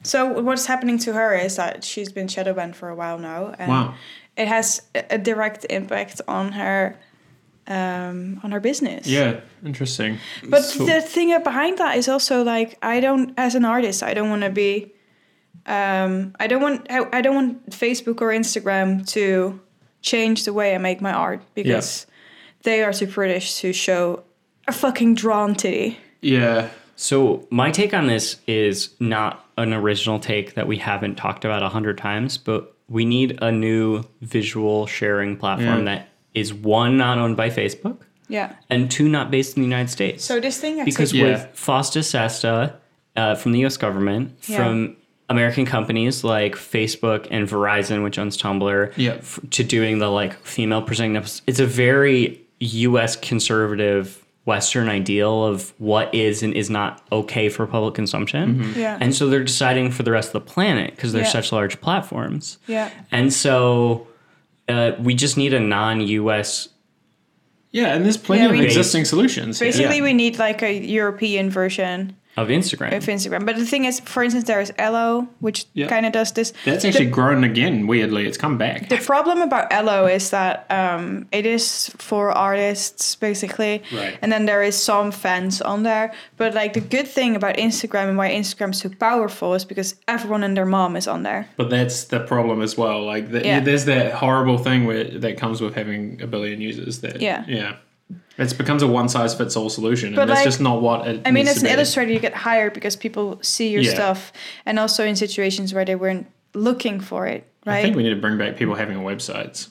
C: So what's happening to her is that she's been shadow banned for a while now, and
A: Wow.
C: it has a a direct impact on her, um, on her business.
A: Yeah. Interesting.
C: But
A: So-
C: the thing behind that is also like I don't, as an artist, I don't want to be, um, I don't want, I, I don't want Facebook or Instagram to change the way I make my art because they are too British to show a fucking drawn titty.
A: Yeah.
B: So my take on this is not an original take that we haven't talked about a hundred times, but we need a new visual sharing platform
A: Yeah.
B: that is one not owned by Facebook
C: Yeah.
B: and two not based in the United States.
C: So this thing actually-
B: because
A: Yeah.
B: with FOSTA SESTA uh, from the U.S. government,
C: Yeah.
B: from American companies like Facebook and Verizon, which owns Tumblr,
A: Yeah.
B: f- to doing the like female presenting nipples, it's a very U.S. conservative Western ideal of what is and is not okay for public consumption.
C: Yeah.
B: And so they're deciding for the rest of the planet because they're
C: Yeah.
B: such large platforms.
C: yeah.
B: And so uh, we just need a non-U.S.
A: Yeah, and there's plenty
C: Yeah,
A: of
C: we-
A: existing solutions. here.
C: Basically,
A: Yeah.
C: we need like a European version
B: of Instagram.
C: of Instagram. But the thing is, for instance, there is Ello, which
A: Yeah.
C: kind of does this.
A: that's actually grown again. Weirdly, it's come back.
C: the, the problem about Ello is that um, it is for artists basically,
A: Right.
C: and then there is some fans on there. But like the good thing about Instagram and why Instagram's so powerful is because everyone and their mom is on there.
A: But that's the problem as well. Like, the,
C: Yeah.
A: there's that horrible thing where that comes with having a billion users. That
C: Yeah.
A: yeah, it becomes a one size fits all solution,
C: But,
A: and that's
C: like,
A: just not what it.
C: I mean,
A: needs
C: as
A: to
C: an
A: be.
C: illustrator, you get hired because people see your
A: Yeah.
C: stuff, and also in situations where they weren't looking for it, right?
A: I think we need to bring back people having websites,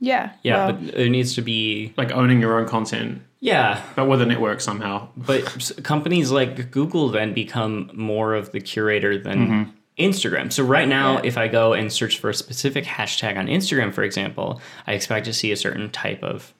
C: yeah.
B: yeah,
C: well,
B: but it needs to be
A: like owning your own content,
B: yeah.
A: but with a network somehow.
B: but s- companies like Google then become more of the curator than
A: Mm-hmm.
B: Instagram. So right now, if I go and search for a specific hashtag on Instagram, for example, I expect to see a certain type of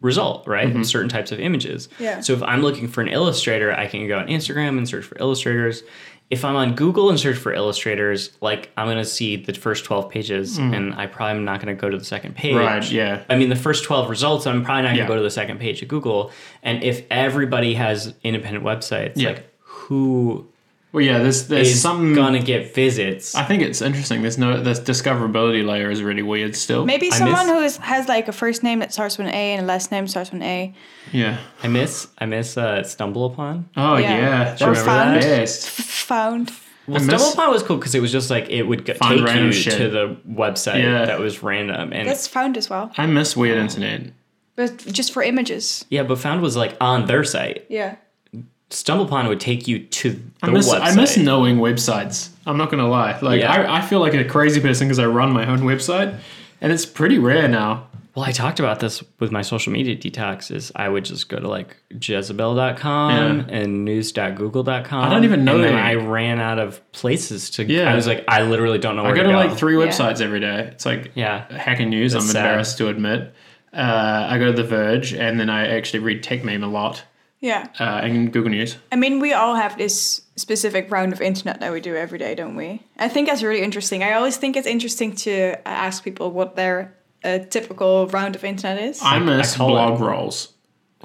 B: result, right?
A: Mm-hmm.
B: In certain types of images.
C: Yeah.
B: So if I'm looking for an illustrator, I can go on Instagram and search for illustrators. If I'm on Google and search for illustrators, like I'm going to see the first 12 pages and I probably am not going to go to the second page.
A: Mm. Right, yeah.
B: I mean, the first 12 results, I'm probably not going to
A: Yeah.
B: go to the second page of Google. And if everybody has independent websites,
A: Yeah.
B: like who
A: Well, yeah, there's there's
B: is
A: some.
B: gonna get visits.
A: I think it's interesting. There's no this discoverability layer is really weird still.
C: Maybe
B: I
C: someone
B: miss-
C: who is, has like a first name that starts with an A and a last name starts with an A.
A: Yeah.
B: I miss I miss uh, Stumble Upon.
A: Oh
C: Yeah.
A: yeah.
C: Or
A: Remember
C: found.
A: that? Best.
C: Found.
B: Well,
A: I miss-
B: Stumble Upon was cool because it was just like it would go,
A: Find
B: take you
A: random shit.
B: to the website
A: Yeah.
B: that was random and
C: That's found as well,
A: I miss weird internet.
C: but just for images.
B: yeah, but Found was like on their site.
C: Yeah.
B: Stumble Upon would take you to the
A: I miss,
B: website.
A: I miss knowing websites. I'm not gonna lie. Like
B: Yeah.
A: I, I feel like a crazy person because I run my own website, and it's pretty rare now.
B: Well, I talked about this with my social media detox. Is I would just go to like Jezebel.com
A: Yeah.
B: and news.google.com.
A: I don't even know
B: And then
A: that.
B: I ran out of places to.
A: Yeah.
B: I was like, I literally don't know where
A: I go
B: to
A: to
B: go.
A: like three
C: Yeah.
A: websites every day. It's like
B: Yeah.
A: Hacker News. I'm
B: That's sad.
A: embarrassed to admit. Uh, I go to The Verge, and then I actually read Tech Meme a lot,
C: Yeah.
A: uh, and Google News.
C: I mean, we all have this specific round of internet that we do every day, don't we? I think that's really interesting. I always think it's interesting to uh, ask people what their uh, typical round of internet is.
A: I miss
B: call
A: blog rolls.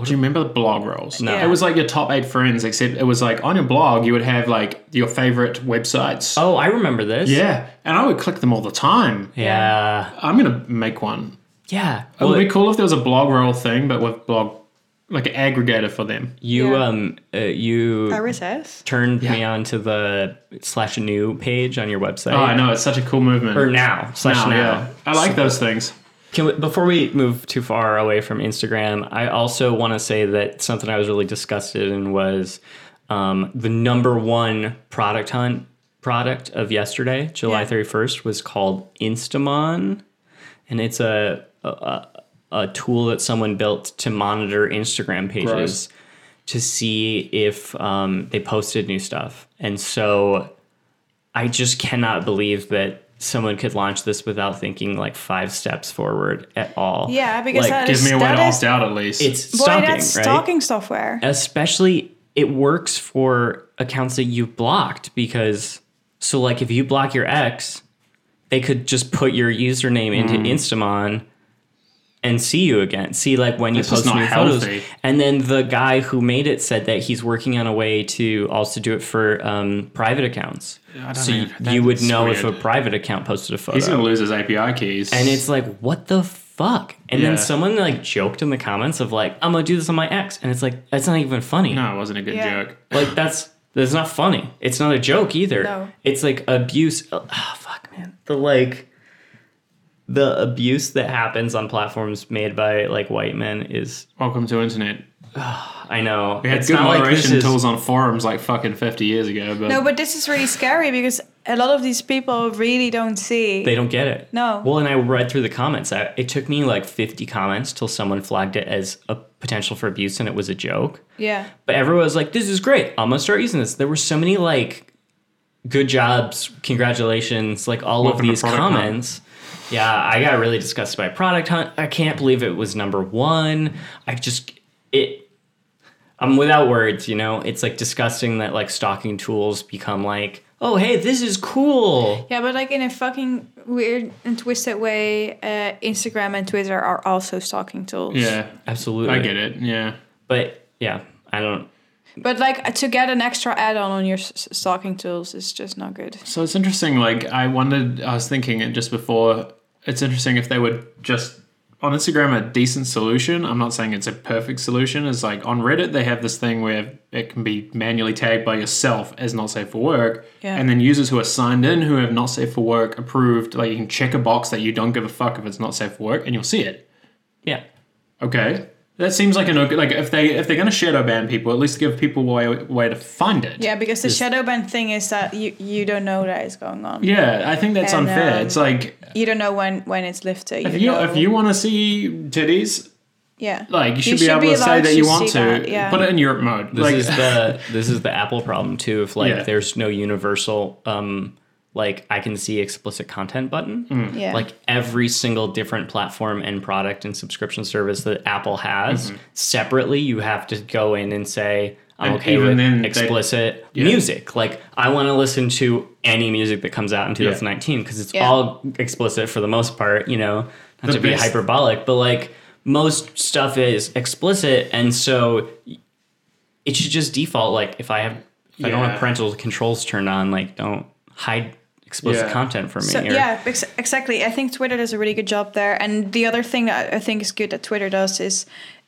A: Do you remember the blog rolls?
B: No.
C: Yeah.
A: It was like your top eight friends, except it was like on your blog you would have like your favorite websites.
B: Oh, I remember this.
A: Yeah, and I would click them all the time.
B: Yeah.
A: I'm gonna make one.
B: Yeah.
A: It would
B: Well,
A: be cool if there was a blog roll thing, but with blog, like an aggregator for them.
B: you
C: Yeah.
B: um uh, you
C: RSS.
B: turned me on to the slash new page on your website.
A: Oh, I know it's such a cool movement.
B: Or now slash
A: Now,
B: now.
A: yeah. I like those things.
B: Can we, before we move too far away from Instagram, I also want to say that something I was really disgusted in was um, the number one product hunt product of yesterday, July
C: Yeah.
B: 31st, was called Instamon. And it's a, a, a- a tool that someone built to monitor Instagram pages
A: Gross.
B: to see if um, they posted new stuff. And so I just cannot believe that someone could launch this without thinking like five steps forward at all.
C: Yeah, because
B: like,
C: that
A: Give
C: is
A: me a way
C: that
A: to
C: is
A: opt out at least.
B: it's
C: boy,
B: stalking, right?
C: that's stalking software.
B: Especially it works for accounts that you've blocked because so like if you block your ex, they could just put your username into
A: Mm.
B: Instamon and see you again. See like when you
A: This is
B: post
A: not
B: new
A: healthy.
B: photos. And then the guy who made it said that he's working on a way to also do it for um, private accounts.
A: I don't
B: so you,
A: even- that-
B: you would
A: that's
B: know if a
A: weird.
B: private account posted a photo.
A: He's gonna lose his API keys.
B: And it's like, what the fuck? And
A: Yeah.
B: then someone like joked in the comments of like, I'm gonna do this on my ex, and it's like that's not even funny.
A: no, it wasn't a good
C: Yeah.
A: joke.
B: Like that's that's not funny. It's not a joke either.
C: No.
B: It's like abuse. Oh, fuck, man. The like the abuse that happens on platforms made by like white men is
A: Welcome to internet.
B: I know.
A: We had
B: it's
A: good
B: not like this
A: moderation
B: is,
A: tools on forums like fucking 50 years ago, but,
C: No, but this is really scary because a lot of these people really don't see.
B: they don't get it.
C: No.
B: Well, and I read through the comments. I, it took me like 50 comments till someone flagged it as a potential for abuse and it was a joke.
C: yeah.
B: But everyone was like, "This is great. I'm gonna start using this." There were so many like, "Good jobs, congratulations!" Like all
A: Welcome to
B: of these
A: Product Hunt.
B: comments. Yeah, I got really disgusted by Product Hunt. I can't believe it was number one. I just it. I'm without words. You know, it's like disgusting that like stalking tools become like, "Oh, hey, this is cool."
C: Yeah, but like in a fucking weird and twisted way, uh, Instagram and Twitter are also stalking tools.
A: yeah,
B: Absolutely,
A: I get it. Yeah.
B: But yeah, I don't.
C: But like to get an extra add-on on your s- s- stalking tools is just not good.
A: So it's interesting. Like I wondered, I was thinking it just before. It's interesting if they would just on Instagram a decent solution. I'm not saying it's a perfect solution. Is like on Reddit they have this thing where it can be manually tagged by yourself as not safe for work,
C: Yeah.
A: and then users who are signed in who have not safe for work approved. Like you can check a box that you don't give a fuck if it's not safe for work, and you'll see it.
B: Yeah.
A: Okay. That seems like an okay, like if they if they're gonna shadow ban people, at least give people a way, way to find it.
C: Yeah, because the shadow ban thing is that you you don't know that it's going on.
A: Yeah, I think that's
C: And,
A: unfair.
C: um,
A: it's like
C: You don't know when when it's lifted.
A: If
C: don't
A: you
C: know-
A: if you want to see titties,
C: yeah,
A: like you should be able to say
C: allowed
A: that you want to.
C: see that, yeah.
A: Put it in Europe mode.
B: This
A: like
B: is the this is the Apple problem too. If like
A: Yeah.
B: there's no universal um, like I can see explicit content button.
A: Hmm.
C: Yeah.
B: Like every single different platform and product and subscription service that Apple has,
A: Mm-hmm.
B: separately you have to go in and say I'm
A: And
B: okay
A: even
B: with
A: then, they-
B: explicit music. Like I want to listen to any music that comes out in 2019 because it's
C: Yeah.
B: all explicit for the most part, you know. Not
A: The
B: to be
A: best-
B: hyperbolic, but like most stuff is explicit and so it should just default like if I have if I don't
A: Yeah.
B: have parental controls turned on, like don't hide explicit
A: Yeah.
B: content from me.
C: So,
B: or-
C: yeah, ex- exactly. I think Twitter does a really good job there. And the other thing that I I think is good that Twitter does is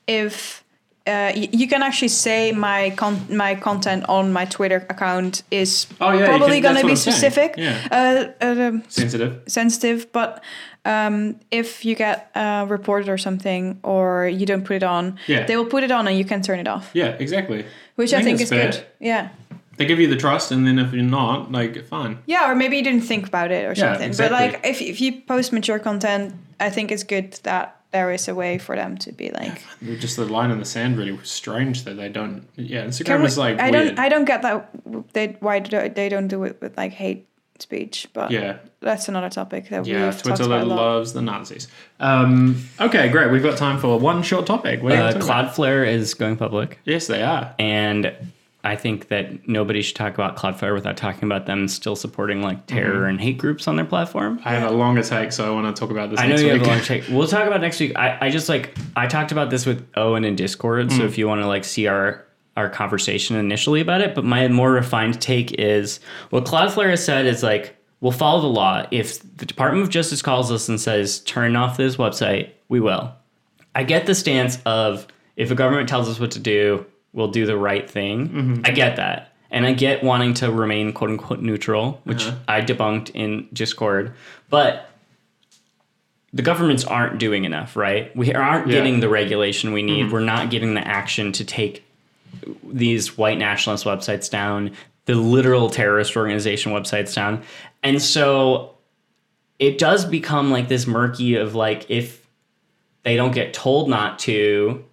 C: if uh, y- you can actually say my con- my content on my Twitter account is
A: Oh, yeah, you
C: probably
A: can- that's
C: going to
A: what
C: be
A: I'm saying.
C: specific,
A: Yeah.
C: uh, uh, um,
A: sensitive.
C: sensitive. But um, if you get uh, reported or something, or you don't put it on,
A: Yeah.
C: they will put it on and you can turn it off,
A: Yeah, exactly.
C: which I think,
A: it's
C: is good.
A: bad.
C: Yeah.
A: They give you the trust, and then if you're not, like, fine.
C: Yeah, or maybe you didn't think about it or
A: Yeah,
C: something.
A: exactly.
C: But like, if if you post mature content, I think it's good that there is a way for them to be like.
A: Just the line in the sand really was strange that they don't. Yeah,
C: Can
A: Instagram
C: we-
A: is like
C: I
A: weird.
C: don't I don't get that they why do- they don't do it with like hate speech, but
A: yeah,
C: that's another topic that
A: yeah.
C: we've talked
A: Twitter
C: about a lot.
A: loves the Nazis. Um, okay, great. We've got time for one short topic. What are you
B: Uh,
A: gonna talk about?
B: Cloudflare is going public,
A: Yes, they are.
B: and I think that nobody should talk about Cloudflare without talking about them still supporting like
A: Mm-hmm.
B: terror and hate groups on their platform.
A: I have a longer take, so I want to talk about this.
B: I know
A: next
B: you have
A: week.
B: a long take. We'll talk about next week. I, I just like I talked about this with Owen in Discord,
A: Mm.
B: so if you want to like see our our conversation initially about it, but my more refined take is what Cloudflare has said is like we'll follow the law. If the Department of Justice calls us and says turn off this website, we will. I get the stance of if a government tells us what to do, we'll do the right thing. I get that. And I get wanting to remain quote unquote neutral, which I debunked in Discord. But the governments aren't doing enough, right? We aren't
A: Yeah.
B: getting the regulation we need. We're not getting the action to take these white nationalist websites down, the literal terrorist organization websites down. And so it does become like this murky of like if they don't get told not to,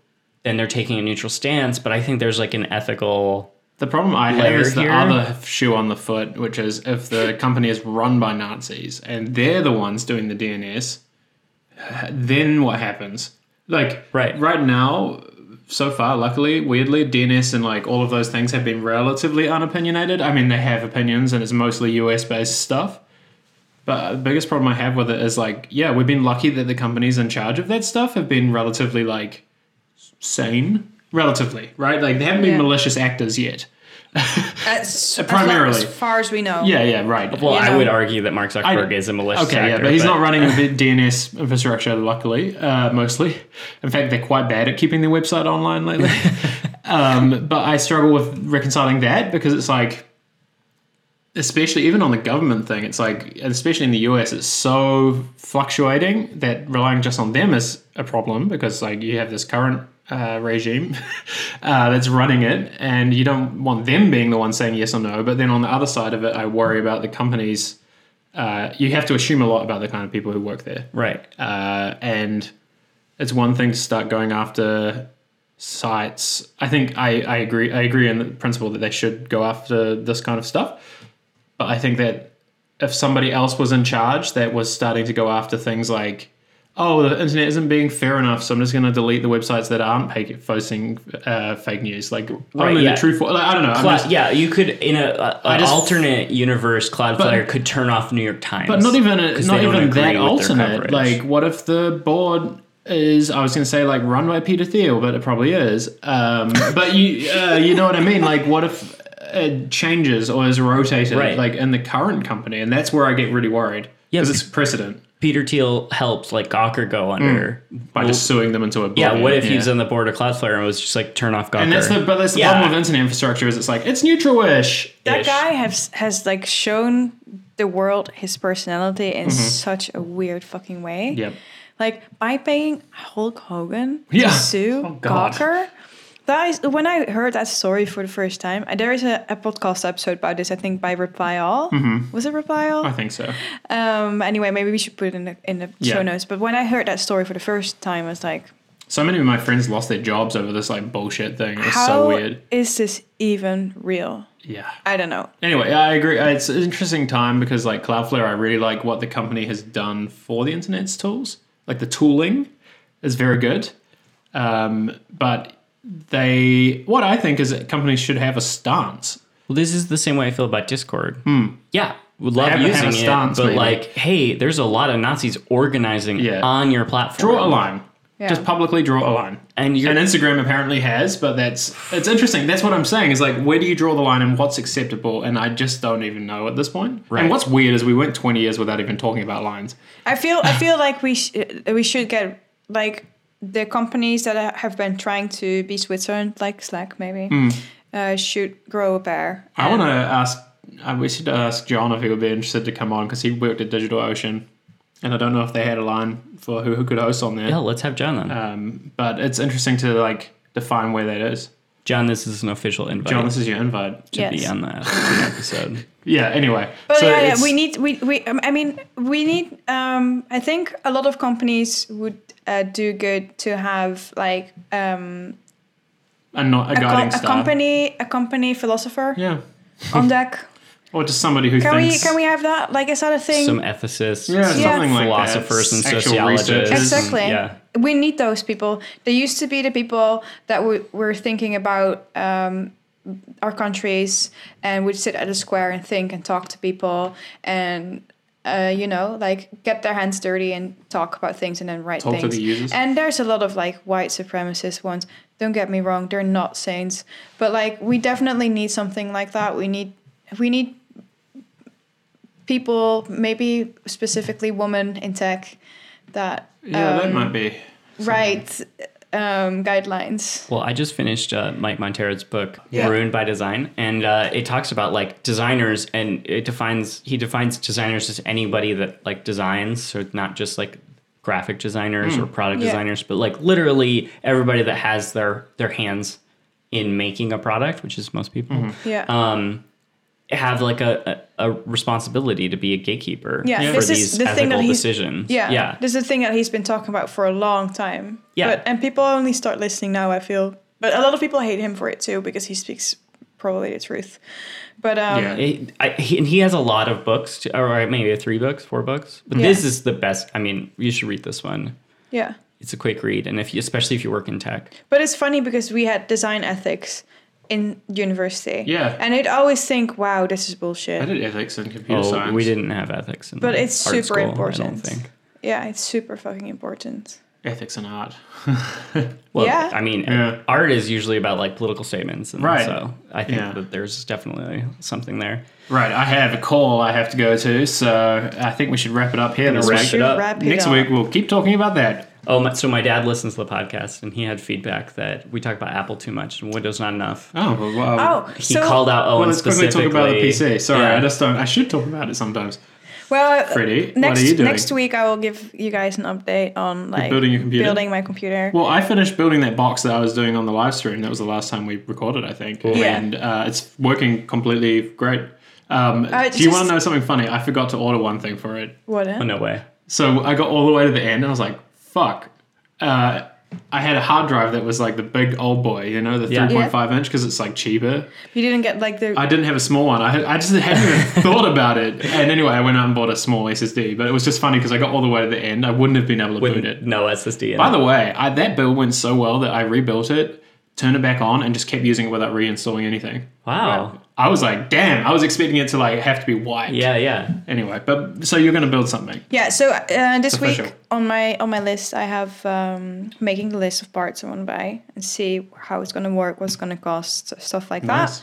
B: then they're taking a neutral stance. But I think there's like an ethical
A: The problem I have
B: layer
A: is the
B: here.
A: other shoe on the foot, which is if the company is run by Nazis and they're the ones doing the DNS, then what happens? Like
B: Right.
A: right now, so far, luckily, weirdly, DNS and like all of those things have been relatively unopinionated. I mean, they have opinions, and it's mostly US based stuff. But the biggest problem I have with it is like, yeah, we've been lucky that the companies in charge of that stuff have been relatively like sane, relatively right. Like they haven't been
C: Yeah.
A: malicious actors yet.
C: As, as
A: primarily.
C: long- as far as we know.
A: Yeah, yeah, right.
B: well,
C: You
B: I would
C: know-
B: argue that Mark Zuckerberg
A: I-
B: is a malicious
A: okay, yeah,
B: actor.
A: but he's not running a bit DNS infrastructure, luckily, uh, mostly. In fact, they're quite bad at keeping their website online lately. um, but I struggle with reconciling that because it's like, especially even on the government thing, it's like, especially in the US, it's so fluctuating that relying just on them is a problem because like you have this current uh, regime uh, that's running it, and you don't want them being the one saying yes or no. But then on the other side of it, I worry about the companies. Uh, you have to assume a lot about the kind of people who work there,
B: right.
A: uh, and it's one thing to start going after sites. I think I, I agree. I agree in the principle that they should go after this kind of stuff, but I think that if somebody else was in charge that was starting to go after things like, oh, the internet isn't being fair enough, so I'm just going to delete the websites that aren't fake, posting uh, fake news, like only
B: yeah.
A: the truthful. Like, I don't know. I'm
B: Cloud,
A: just-
B: yeah, you could in a, a an
A: just-
B: alternate universe, Cloudflare could turn off New York Times,
A: But not even a,
B: 'cause
A: not
B: they don't
A: even
B: agree
A: that
B: with their
A: alternate.
B: coverage.
A: Like, what if the board is? I was going to say like run by Peter Thiel, but it probably is. Um, but you uh, you know what I mean? Like, what if it changes or is rotated
B: Right.
A: like in the current company? And that's where I get really worried
B: Yeah,
A: because
B: but-
A: it's precedent
B: Peter Thiel helped like Gawker go under.
A: Mm. by just suing them into a
B: yeah, what if he was on the board of Cloudflare and was just like turn off Gawker?
A: And that's the but that's the
B: Yeah.
A: problem with internet infrastructure is it's like it's neutral-ish.
C: That
B: Ish.
C: guy has has like shown the world his personality in such a weird fucking way.
A: Mm-hmm. Yep.
C: Like by paying Hulk Hogan
A: Yeah.
C: to sue
A: Oh, God.
C: Gawker. That is when I heard that story for the first time. And there is a, a podcast episode about this, I think, by Reply All. Was it Reply All?
A: Mm-hmm. I think so.
C: Um, anyway, maybe we should put it in the in the
A: Yeah.
C: show notes. But when I heard that story for the first time, I was like,
A: So many of my friends lost their jobs over this like bullshit thing. It's
C: How
A: so weird.
C: is this even real?
A: Yeah.
C: I don't know.
A: Anyway, I agree. It's an interesting time because like Cloudflare, I really like what the company has done for the internet's tools. Like the tooling is very good, um, but they what I think is that companies should have a stance.
B: Well, this is the same way I feel about Discord.
A: Hmm.
B: Yeah, would love
A: Have- have
B: using
A: a stance,
B: it, but
A: maybe.
B: like, hey, there's a lot of Nazis organizing
A: Yeah.
B: on your platform.
A: Draw a line.
C: Yeah.
A: Just publicly draw a line.
B: and you're
A: And Instagram apparently has, but that's it's interesting. That's what I'm saying is like, where do you draw the line and what's acceptable? And I just don't even know at this point.
B: Right.
A: And what's weird is we went 20 years without even talking about lines.
C: I feel I feel like we sh- uh, we should get like the companies that have been trying to be Switzerland, like Slack, maybe, uh, should grow a pair.
A: Mm. I want to
B: uh,
A: ask. I we should ask John if he would be interested to come on because he worked at DigitalOcean, and I don't know if they had a line for who, who could host on there.
B: yeah, let's have John on.
A: Um, but it's interesting to like define where that is.
B: John, this is an official invite
A: John, this is your invite.
B: to be
C: Yes.
B: on that episode.
A: Yeah. Anyway,
C: But
A: so
C: Oh, yeah, yeah,
A: it's-
C: we need we we. Um, I mean, we need. Um, I think a lot of companies would uh, do good to have like um,
A: a, not, a
C: a,
A: guiding
C: co- a
A: star.
C: company a company philosopher
A: Yeah.
C: on deck.
A: Or just somebody who
C: Can we
A: thinks.
C: can we have that? Like, is that a thing?
B: Some ethicists,
A: Yeah,
B: some
A: something like that.
B: philosophers, and
A: Actual
B: sociologists.
A: researchers.
C: Exactly.
B: Yeah.
C: We need those people. They used to be the people that we were thinking about um, our countries and would sit at a square and think and talk to people and, uh, you know, like get their hands dirty and talk about things and then write
A: Talk to
C: things.
A: the users.
C: And there's a lot of like white supremacist ones. Don't get me wrong, they're not saints. But like, we definitely need something like that. We need, we need people, maybe specifically women in tech, that
A: yeah, that
C: um,
A: might be.
C: write um, guidelines.
B: Well, I just finished uh, Mike Montero's book,
A: Yeah.
B: Marooned by Design, and uh, it talks about like designers, and it defines he defines designers as anybody that like designs, so it's not just like graphic designers or product
C: Hmm. Yeah.
B: designers, but like literally everybody that has their their hands in making a product, which is most people,
C: Yeah.
B: um, have like a, a, a responsibility to be a gatekeeper
C: Yeah,
B: for
C: this is
B: these
C: the
B: ethical
C: thing that he's-
B: decisions.
C: yeah.
B: yeah,
C: This is a thing that he's been talking about for a long time.
B: Yeah.
C: But, and people only start listening now, I feel. But a lot of people hate him for it too because he speaks probably the truth. But um,
A: Yeah.
B: It- I, he, and he has a lot of books, to, or maybe three books, four books. But
C: Yeah.
B: this is the best. I mean, you should read this one.
C: yeah.
B: It's a quick read, and if you, especially if you work in tech,
C: But it's funny because we had design ethics in university.
A: Yeah.
C: And I'd always think, wow, this is bullshit.
A: I did ethics and computer
B: oh,
A: science.
B: we didn't have ethics. In
C: But it's
B: art
C: super
B: school, I don't
C: important.
B: think.
C: Yeah, it's super fucking important.
A: ethics and art.
B: Well,
C: Yeah.
B: I mean,
A: Yeah.
B: art is usually about like political statements, and
A: Right.
B: so I think
A: Yeah.
B: that there's definitely something there.
A: Right, I have a call I have to go to, so I think we should wrap it up here this
B: Wrap
A: week.
B: it up.
C: Wrap it
A: Next
C: up.
A: week we'll keep talking about that.
B: Oh, my, so my dad listens to the podcast, and he had feedback that we talk about Apple too much and Windows not enough.
A: Oh, well, well,
C: Oh,
B: He
C: so
B: called out Owen
A: well, let's quickly talk about the
B: specifically.
A: PC. Sorry,
B: Yeah.
A: I just don't. I should talk about it sometimes.
C: Well,
A: Freddie, what are
C: next
A: you doing?
C: next week I will give you guys an update on like
A: building your computer?
C: building my computer.
A: Well, I finished building that box that I was doing on the live stream. That was the last time we recorded, I think.
C: Yeah.
A: And uh, it's working completely great. Um, do you
C: just-
A: want to know something funny? I forgot to order one thing for it.
C: what?
B: Oh, no way.
A: So I got all the way to the end and I was like, fuck. Uh, I had a hard drive that was like the big old boy, you know, the
B: Yeah.
A: 3.5 inch because it's like cheaper.
C: You didn't get like the
A: I didn't have a small one. I, had, I just hadn't even thought about it. And anyway, I went out and bought a small SSD. But it was just funny because I got all the way to the end. I wouldn't have been able to boot it.
B: With no SSD. In
A: By
B: it.
A: the way, I, that build went so well that I rebuilt it, turned it back on, and just kept using it without reinstalling anything.
B: Wow.
A: I was like, damn, I was expecting it to like have to be white.
B: Yeah, yeah.
A: Anyway, but so you're going to build something.
C: yeah. So uh, this week
A: official.
C: on my on my list I have um, making the list of parts I want to buy and see how it's gonna work, what's gonna cost, stuff like
A: Nice.
C: that.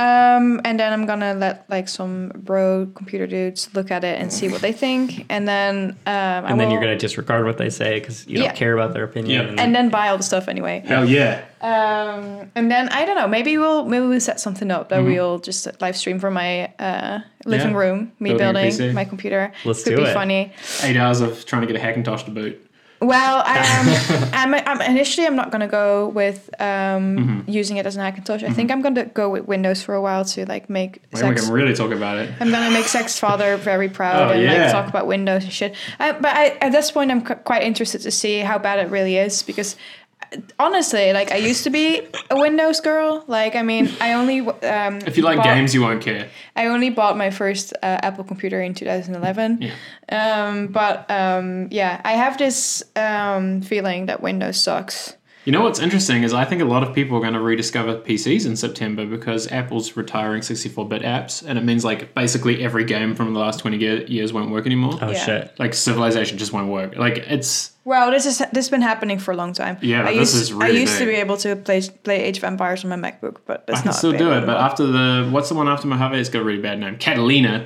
C: Um, and then I'm gonna let like some bro computer dudes look at it and see what they think, and then um, I
B: And then you're
C: will-
B: going to disregard what they say because you don't
C: Yeah.
B: care about their opinion.
A: Yeah.
C: and then buy all the stuff anyway.
A: Hell yeah.
C: Um, and then I don't know. Maybe we'll maybe we'll set something up that we'll just live stream from my uh, living
A: Yeah.
C: room, me
A: Building a
C: building,
A: PC.
C: my computer.
B: Let's
C: Could
B: do
C: be
B: it.
C: funny.
A: Eight hours of trying to get a Hackintosh to boot.
C: Well, um, I'm, I'm initially I'm not going to go with um,
A: Mm-hmm.
C: using it as an Hackintosh. I think I'm going to go with Windows for a while to like make
A: Wait, we
C: sex.
A: can really talk about it.
C: I'm gonna make sex father very proud
A: Oh,
C: and
A: yeah.
C: like talk about Windows and shit. I, but I, at this point, I'm qu- quite interested to see how bad it really is because uh, honestly, like I used to be a Windows girl. Like I mean, I only w- um,
A: If you like
C: bought,
A: games, you won't care.
C: I only bought my first uh, Apple computer in 2011. Um, but um, yeah, I have this um, feeling that Windows sucks.
A: You know what's interesting is I think a lot of people are going to rediscover PCs in September because Apple's retiring 64-bit apps, and it means like basically every game from the last 20 year- years won't work anymore.
B: Oh
C: Yeah.
B: shit.
A: Like Civilization just won't work. Like it's
C: Well, this is this has been happening for a long time.
A: Yeah,
C: I
A: but this
C: used,
A: is really
C: I used to
A: big.
C: be able to play play Age of Empires on my MacBook, but that's
A: I can
C: not
A: still do it,
C: available.
A: but after the what's the one after Mojave? It's got a really bad name, Catalina.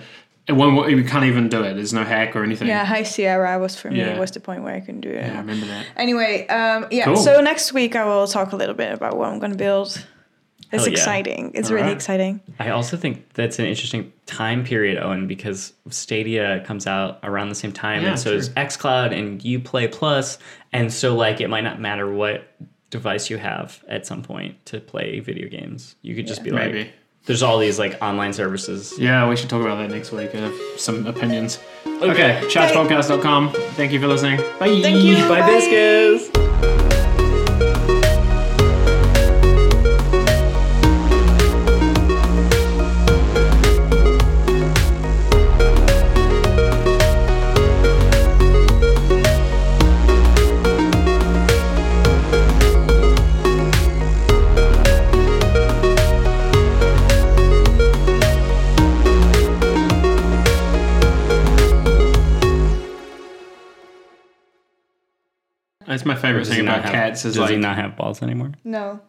A: It won't. work- You can't even do it. There's no hack or anything.
C: Yeah, High Sierra was for me
A: Yeah.
C: was the point where I couldn't do it.
A: Yeah, I remember that.
C: Anyway, um, yeah.
A: Cool.
C: So next week I will talk a little bit about what I'm going to build. It's
B: Hell yeah.
C: exciting. It's
A: All
C: really
A: right.
C: exciting.
B: I also think that's an interesting time period, Owen, because Stadia comes out around the same time,
A: Yeah,
B: and so
A: true.
B: is XCloud and UPlay Plus, and so like it might not matter what device you have at some point to play video games. You could just be like,
A: maybe.
B: there's all these like online services.
A: Yeah, we should talk about that next week. I have some opinions. Okay, chargepodcast.com. Thank you for listening. Bye.
C: Thank you.
B: Bye,
C: Bye.
B: biscuits.
A: That's my favorite
B: he
A: thing
B: not
A: about
B: have-
A: cats is
B: does he
A: like
B: not have balls anymore?
C: No.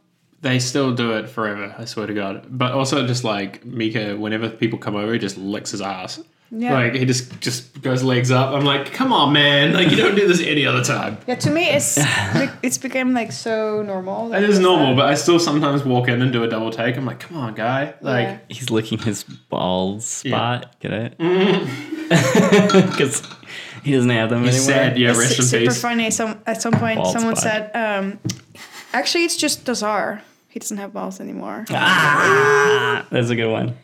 A: they still do it forever. I swear to God. But also just like Mika, whenever people come over, he just licks his ass.
C: Yeah.
A: Like he just just goes legs up. I'm like, come on, man! Like you don't do this any other time.
C: Yeah. To me, it's be- it's become like so normal.
A: It is normal, but I still sometimes walk in and do a double take. I'm like, come on, guy! Like.
C: Yeah.
B: He's licking his balls
A: Yeah.
B: spot. Get it? Because he doesn't have them
A: He's
B: anymore.
A: sad, yeah,
C: It's
A: rest
C: su-
A: in
C: super
A: peace.
C: funny. Some at some point
B: Bald
C: someone
B: spot.
C: said, um, actually, it's just Dazar. He doesn't have balls anymore.
B: Ah, that's a good one.